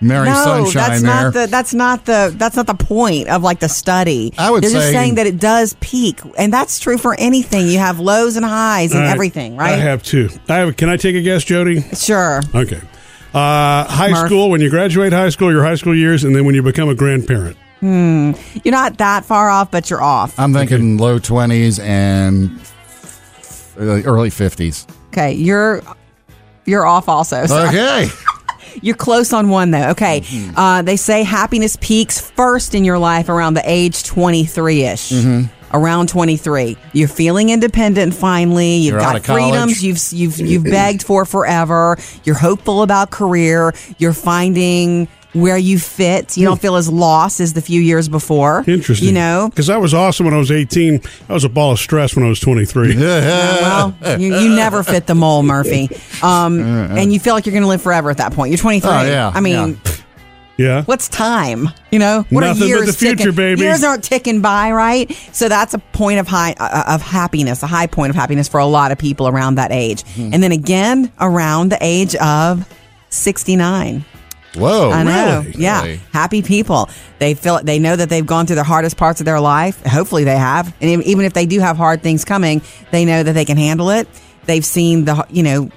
Speaker 2: Mary
Speaker 3: No,
Speaker 2: Sunshine
Speaker 3: that's
Speaker 2: there.
Speaker 3: not the that's not the that's not the point of like the study.
Speaker 2: I would
Speaker 3: They're just
Speaker 2: say-
Speaker 3: saying that it does peak, and that's true for anything. You have lows and highs and
Speaker 1: All right.
Speaker 3: everything,
Speaker 1: I
Speaker 3: right?
Speaker 1: have two. I have. Can I take a guess, Jody?
Speaker 3: sure.
Speaker 1: Okay. Uh, high
Speaker 3: Murph.
Speaker 1: school. When you graduate high school, your high school years, and then when you become a grandparent.
Speaker 3: You're not that far off, but you're off.
Speaker 2: I'm thinking low 20s and uh, early
Speaker 3: <laughs>
Speaker 2: 50s.
Speaker 3: Okay, you're you're off also. So
Speaker 2: Okay.
Speaker 3: You're close on one though. Okay,
Speaker 2: Mm-hmm.
Speaker 3: uh, they say happiness peaks first in your life around the age 23 ish.
Speaker 2: Mm-hmm.
Speaker 3: Around 23, you're feeling independent finally. You've
Speaker 2: You're out
Speaker 3: got
Speaker 2: of college.
Speaker 3: freedoms you've you've you've begged for forever. You're hopeful about career. You're finding where you fit. You don't feel as lost as the few years before.
Speaker 1: Interesting.
Speaker 3: You
Speaker 2: <laughs>
Speaker 3: know,
Speaker 1: Because that was awesome when I was 18. I was a ball of stress when I was
Speaker 2: <laughs>
Speaker 1: 23.
Speaker 3: well, you, you never fit the mold, Murphy. Um, and you feel like you're going to live forever at that point. You're 23.
Speaker 2: Uh, Oh, yeah,
Speaker 3: I mean,
Speaker 1: yeah.
Speaker 3: what's time? You know, what
Speaker 1: Nothing but
Speaker 3: are years
Speaker 1: the future,
Speaker 3: ticking?
Speaker 1: baby.
Speaker 3: Years aren't ticking by, right? So that's a point of high uh, of happiness, a high point of happiness for a lot of people around that age.
Speaker 1: Hmm.
Speaker 3: And then again, around the age of 69.
Speaker 2: Whoa.
Speaker 3: I know.
Speaker 1: Oh, really?
Speaker 3: Yeah.
Speaker 2: Really?
Speaker 3: Happy people. They feel they know that they've gone through the hardest parts of their life. Hopefully they have. And even- even if they do have hard things coming, they know that they can handle it. They've seen the you know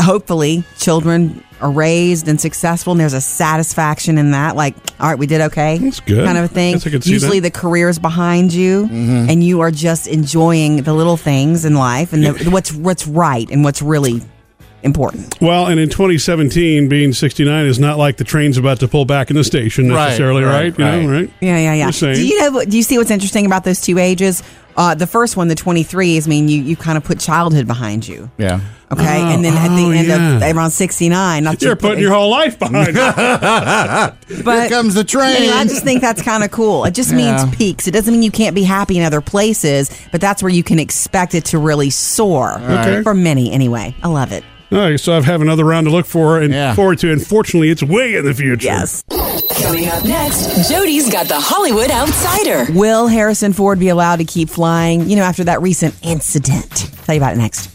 Speaker 3: hopefully children are raised and successful and there's a satisfaction in that like all right we did okay
Speaker 1: That's good.
Speaker 3: kind of a thing
Speaker 1: Guess I could see
Speaker 3: usually
Speaker 1: that. Mm-hmm.
Speaker 3: the career is behind you and you are just enjoying the little things in life and the, what's what's right and what's really important
Speaker 1: Well, and in 2017, being 69 is not like the train's about to pull back in the station
Speaker 2: Right,
Speaker 1: necessarily, right?
Speaker 2: right,
Speaker 1: You know, right?
Speaker 3: Yeah, yeah, yeah.
Speaker 1: Just saying.
Speaker 3: Do you know? what- Do you see what's interesting about those two ages? Uh, the first one, the twenty threes, I mean, you you kind of put childhood behind you,
Speaker 2: Yeah.
Speaker 3: okay,
Speaker 1: Oh,
Speaker 3: and then at
Speaker 1: oh,
Speaker 3: the end
Speaker 1: yeah.
Speaker 3: of around sixty nine, not
Speaker 1: You're putting your whole life
Speaker 2: <laughs>
Speaker 1: behind you.
Speaker 3: but
Speaker 2: Here comes the train.
Speaker 3: Anyway, I just think that's kind of cool. It just
Speaker 2: Yeah.
Speaker 3: means peaks. It doesn't mean you can't be happy in other places, but that's where you can expect it to really soar.
Speaker 1: Okay.
Speaker 3: For many, anyway, I love it.
Speaker 1: All right, so I have another round to look for and
Speaker 2: Yeah.
Speaker 1: forward to. And fortunately, it's way in the future.
Speaker 3: Yes.
Speaker 6: Coming up next, Jody's got the Hollywood Outsider.
Speaker 3: Will Harrison Ford be allowed to keep flying? You know, after that recent incident. Tell you about it next.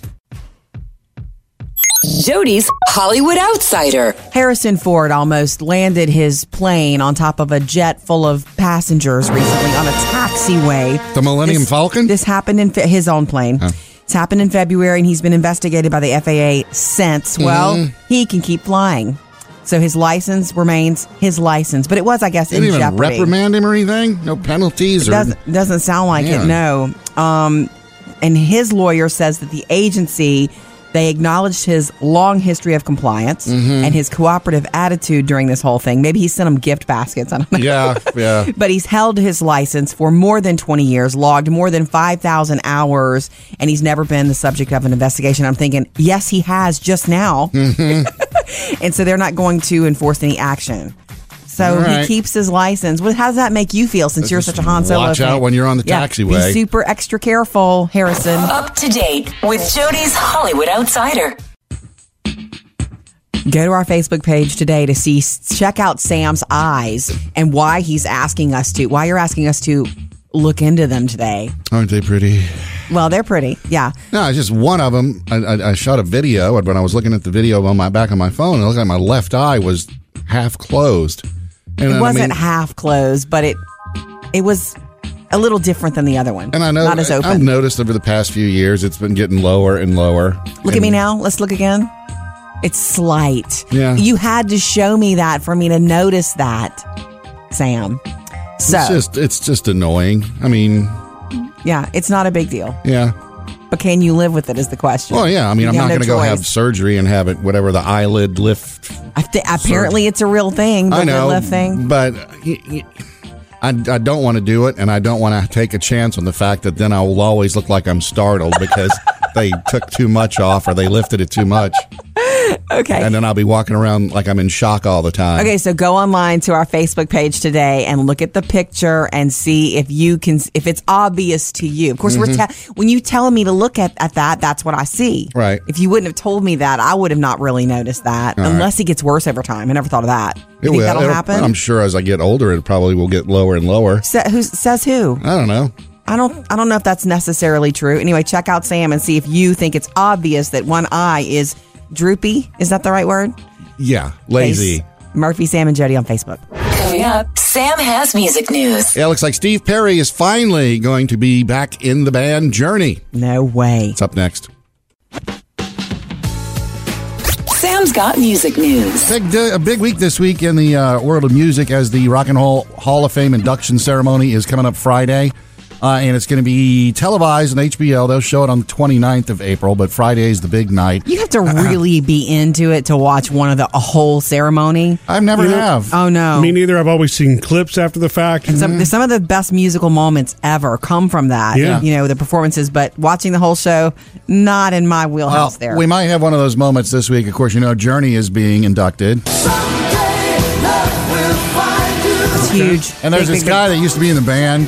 Speaker 6: Jody's Hollywood Outsider.
Speaker 3: Harrison Ford almost landed his plane on top of a jet full of passengers recently on a taxiway.
Speaker 2: The Millennium
Speaker 3: This-
Speaker 2: Falcon?
Speaker 3: This happened in fe- his own plane. It's happened in February, and he's been investigated by the FAA since.
Speaker 2: Mm-hmm.
Speaker 3: Well, he can keep flying, so his license remains his license. But it was, I guess,
Speaker 2: Didn't
Speaker 3: in
Speaker 2: even
Speaker 3: jeopardy.
Speaker 2: reprimand him or anything? No penalties or.
Speaker 3: Doesn't doesn't sound like it. No.
Speaker 2: Man.
Speaker 3: Um, and his lawyer says that the agency they acknowledged his long history of compliance
Speaker 2: Mm-hmm.
Speaker 3: and his cooperative attitude during this whole thing. Maybe he sent him gift baskets. I don't know.
Speaker 2: Yeah,
Speaker 3: <laughs>
Speaker 2: yeah.
Speaker 3: But he's held his license for more than 20 years, logged more than 5,000 hours, and he's never been the subject of an investigation. I'm thinking, yes, he has just now.
Speaker 2: Mm-hmm.
Speaker 3: <laughs> and so they're not going to enforce any action. So
Speaker 2: All
Speaker 3: he
Speaker 2: right.
Speaker 3: keeps his license. What, how does that make you feel since you're
Speaker 2: Just
Speaker 3: such a Han Solo?
Speaker 2: watch
Speaker 3: fan?
Speaker 2: out when you're on the
Speaker 3: Be
Speaker 2: taxiway.
Speaker 3: super extra careful, Harrison.
Speaker 2: <gasps>
Speaker 4: Up to date with Jody's Hollywood Outsider.
Speaker 3: Go to our Facebook page today to see check out Sam's eyes and why he's asking us to. Why you're asking us to look into them today?
Speaker 2: Aren't they pretty?
Speaker 3: Well, they're pretty. Yeah.
Speaker 2: No, it's just one of them. I, I, I shot a video, and when I was looking at the video on my back on my phone, it looked like my left eye was half closed. And
Speaker 3: It
Speaker 2: I
Speaker 3: wasn't
Speaker 2: mean-
Speaker 3: half closed, but it it was a little different than the other one.
Speaker 2: And I know
Speaker 3: not as open.
Speaker 2: I've noticed over the past few years it's been getting lower and lower.
Speaker 3: Look at
Speaker 2: And-
Speaker 3: me now. Let's look again. It's slight.
Speaker 2: Yeah.
Speaker 3: You had to show me that for me to notice that, Sam. So,
Speaker 2: It's just it's just annoying. I mean,
Speaker 3: yeah, it's not a big deal.
Speaker 2: yeah.
Speaker 3: But can you live with it is the question.
Speaker 2: Well, yeah. I mean,
Speaker 3: You
Speaker 2: I'm not
Speaker 3: have no
Speaker 2: going to go
Speaker 3: choice.
Speaker 2: have surgery and have it whatever the eyelid lift.
Speaker 3: I thi- apparently, it's a real thing. The
Speaker 2: I know,
Speaker 3: left thing.
Speaker 2: but y- y- I, I don't want to do it, and I don't want to take a chance on the fact that then I will always look like I'm startled
Speaker 3: <laughs>
Speaker 2: because they took too much off or they lifted it too much,
Speaker 3: Okay.
Speaker 2: and then I'll be walking around like I'm in shock all the time.
Speaker 3: Okay, so go online to our Facebook page today and look at the picture and see if you can if it's obvious to you. Of course, we're te- when you tell me to look at, at that, that's what I see.
Speaker 2: Mm-hmm. Right.
Speaker 3: If you wouldn't have told me that, I would have not really noticed that. unless it gets worse over time. I never thought of that. You
Speaker 2: It
Speaker 3: think
Speaker 2: will.
Speaker 3: that'll
Speaker 2: It'll-
Speaker 3: happen?
Speaker 2: I'm sure as I get older, it probably will get lower and lower.
Speaker 3: Sa- who says who?
Speaker 2: I don't know.
Speaker 3: I don't. I don't know if that's necessarily true. Anyway, check out Sam and see if you think it's obvious that one eye is droopy. Is that the right word?
Speaker 2: Yeah, lazy.
Speaker 3: Face. Murphy, Sam, and Jody on Facebook.
Speaker 4: Coming up, Sam has music news.
Speaker 2: Yeah, it looks like Steve Perry is finally going to be back in the band Journey.
Speaker 3: No way.
Speaker 2: It's up next.
Speaker 6: Sam's got music news.
Speaker 2: Big day, a big week this week in the uh, world of music as the Rock and Roll Hall of Fame induction ceremony is coming up Friday. Uh, and it's going to be televised on HBO. They'll show it on the 29th of April, but Friday is the big night.
Speaker 3: You have to really be into it to watch one of the a whole ceremony.
Speaker 2: I've never have.
Speaker 3: Oh no.
Speaker 1: Me neither. I've always seen clips after the fact.
Speaker 3: some, some of the best musical moments ever come from that.
Speaker 1: Yeah.
Speaker 3: You know, the performances, but watching the whole show, not in my wheelhouse there.
Speaker 2: We might have one of those moments this week. Of course, you know, Journey is being inducted.
Speaker 11: Someday love
Speaker 3: Huge.
Speaker 2: And there's
Speaker 3: Big,
Speaker 2: this
Speaker 3: big,
Speaker 2: guy that used to be in the
Speaker 3: <laughs>
Speaker 2: band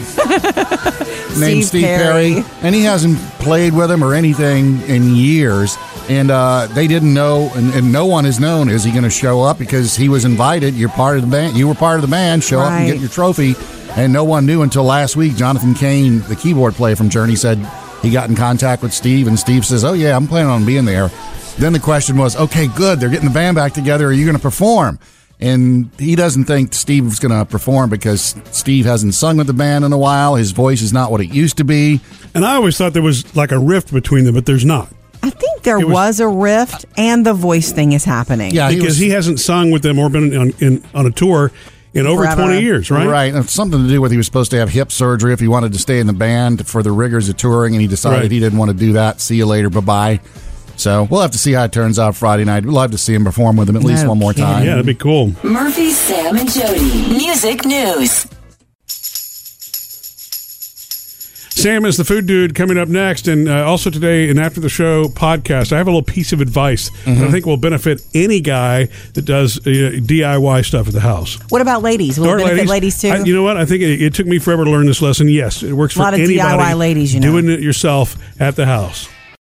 Speaker 2: named
Speaker 3: Steve
Speaker 2: Steve Perry.
Speaker 3: Perry.
Speaker 2: <laughs> and he hasn't played with him or anything in years. And uh, they didn't know, and, and no one has known, is he going to show up because he was invited. You're part of the band. You were part of the band. Show up and get
Speaker 3: Right.
Speaker 2: your trophy. And no one knew until last week. Jonathan Kane, the keyboard player from Journey, said he got in contact with Steve, and Steve says, "Oh yeah, I'm planning on being there." Then the question was, "Okay, good. They're getting the band back together. Are you going to perform?" And he doesn't think Steve's going to perform because Steve hasn't sung with the band in a while. His voice is not what it used to be.
Speaker 1: And I always thought there was like a rift between them, but there's not.
Speaker 3: I think there
Speaker 1: It
Speaker 3: was,
Speaker 1: was-
Speaker 3: a rift, and the voice thing is happening.
Speaker 2: Yeah, he
Speaker 1: because
Speaker 2: was-
Speaker 1: he hasn't sung with them or been on, in, on a tour in over
Speaker 3: Forever.
Speaker 1: 20 years, right?
Speaker 2: Right. It's something to do with he was supposed to have hip surgery if he wanted to stay in the band for the rigors of touring, and he decided
Speaker 1: Right.
Speaker 2: he didn't want to do that. See you later. Bye bye. So we'll have to see how it turns out Friday night. We'll have to see him perform with him at least
Speaker 3: No
Speaker 2: one more
Speaker 3: kidding.
Speaker 2: time.
Speaker 1: Yeah, that'd be cool.
Speaker 4: Murphy, Sam, and Jody. Music news.
Speaker 1: Sam is the food dude coming up next, and uh, also today and after the show podcast. I have a little piece of advice that
Speaker 3: Mm-hmm.
Speaker 1: I think will benefit any guy that does uh, DIY stuff at the house.
Speaker 3: What about ladies? Will it
Speaker 1: Or
Speaker 3: benefit ladies, too?
Speaker 1: I- you know what? I think it, it took me forever to learn this lesson. Yes, it works
Speaker 3: Lot
Speaker 1: for
Speaker 3: of
Speaker 1: anybody
Speaker 3: DIY ladies, you know.
Speaker 1: doing it yourself at the house.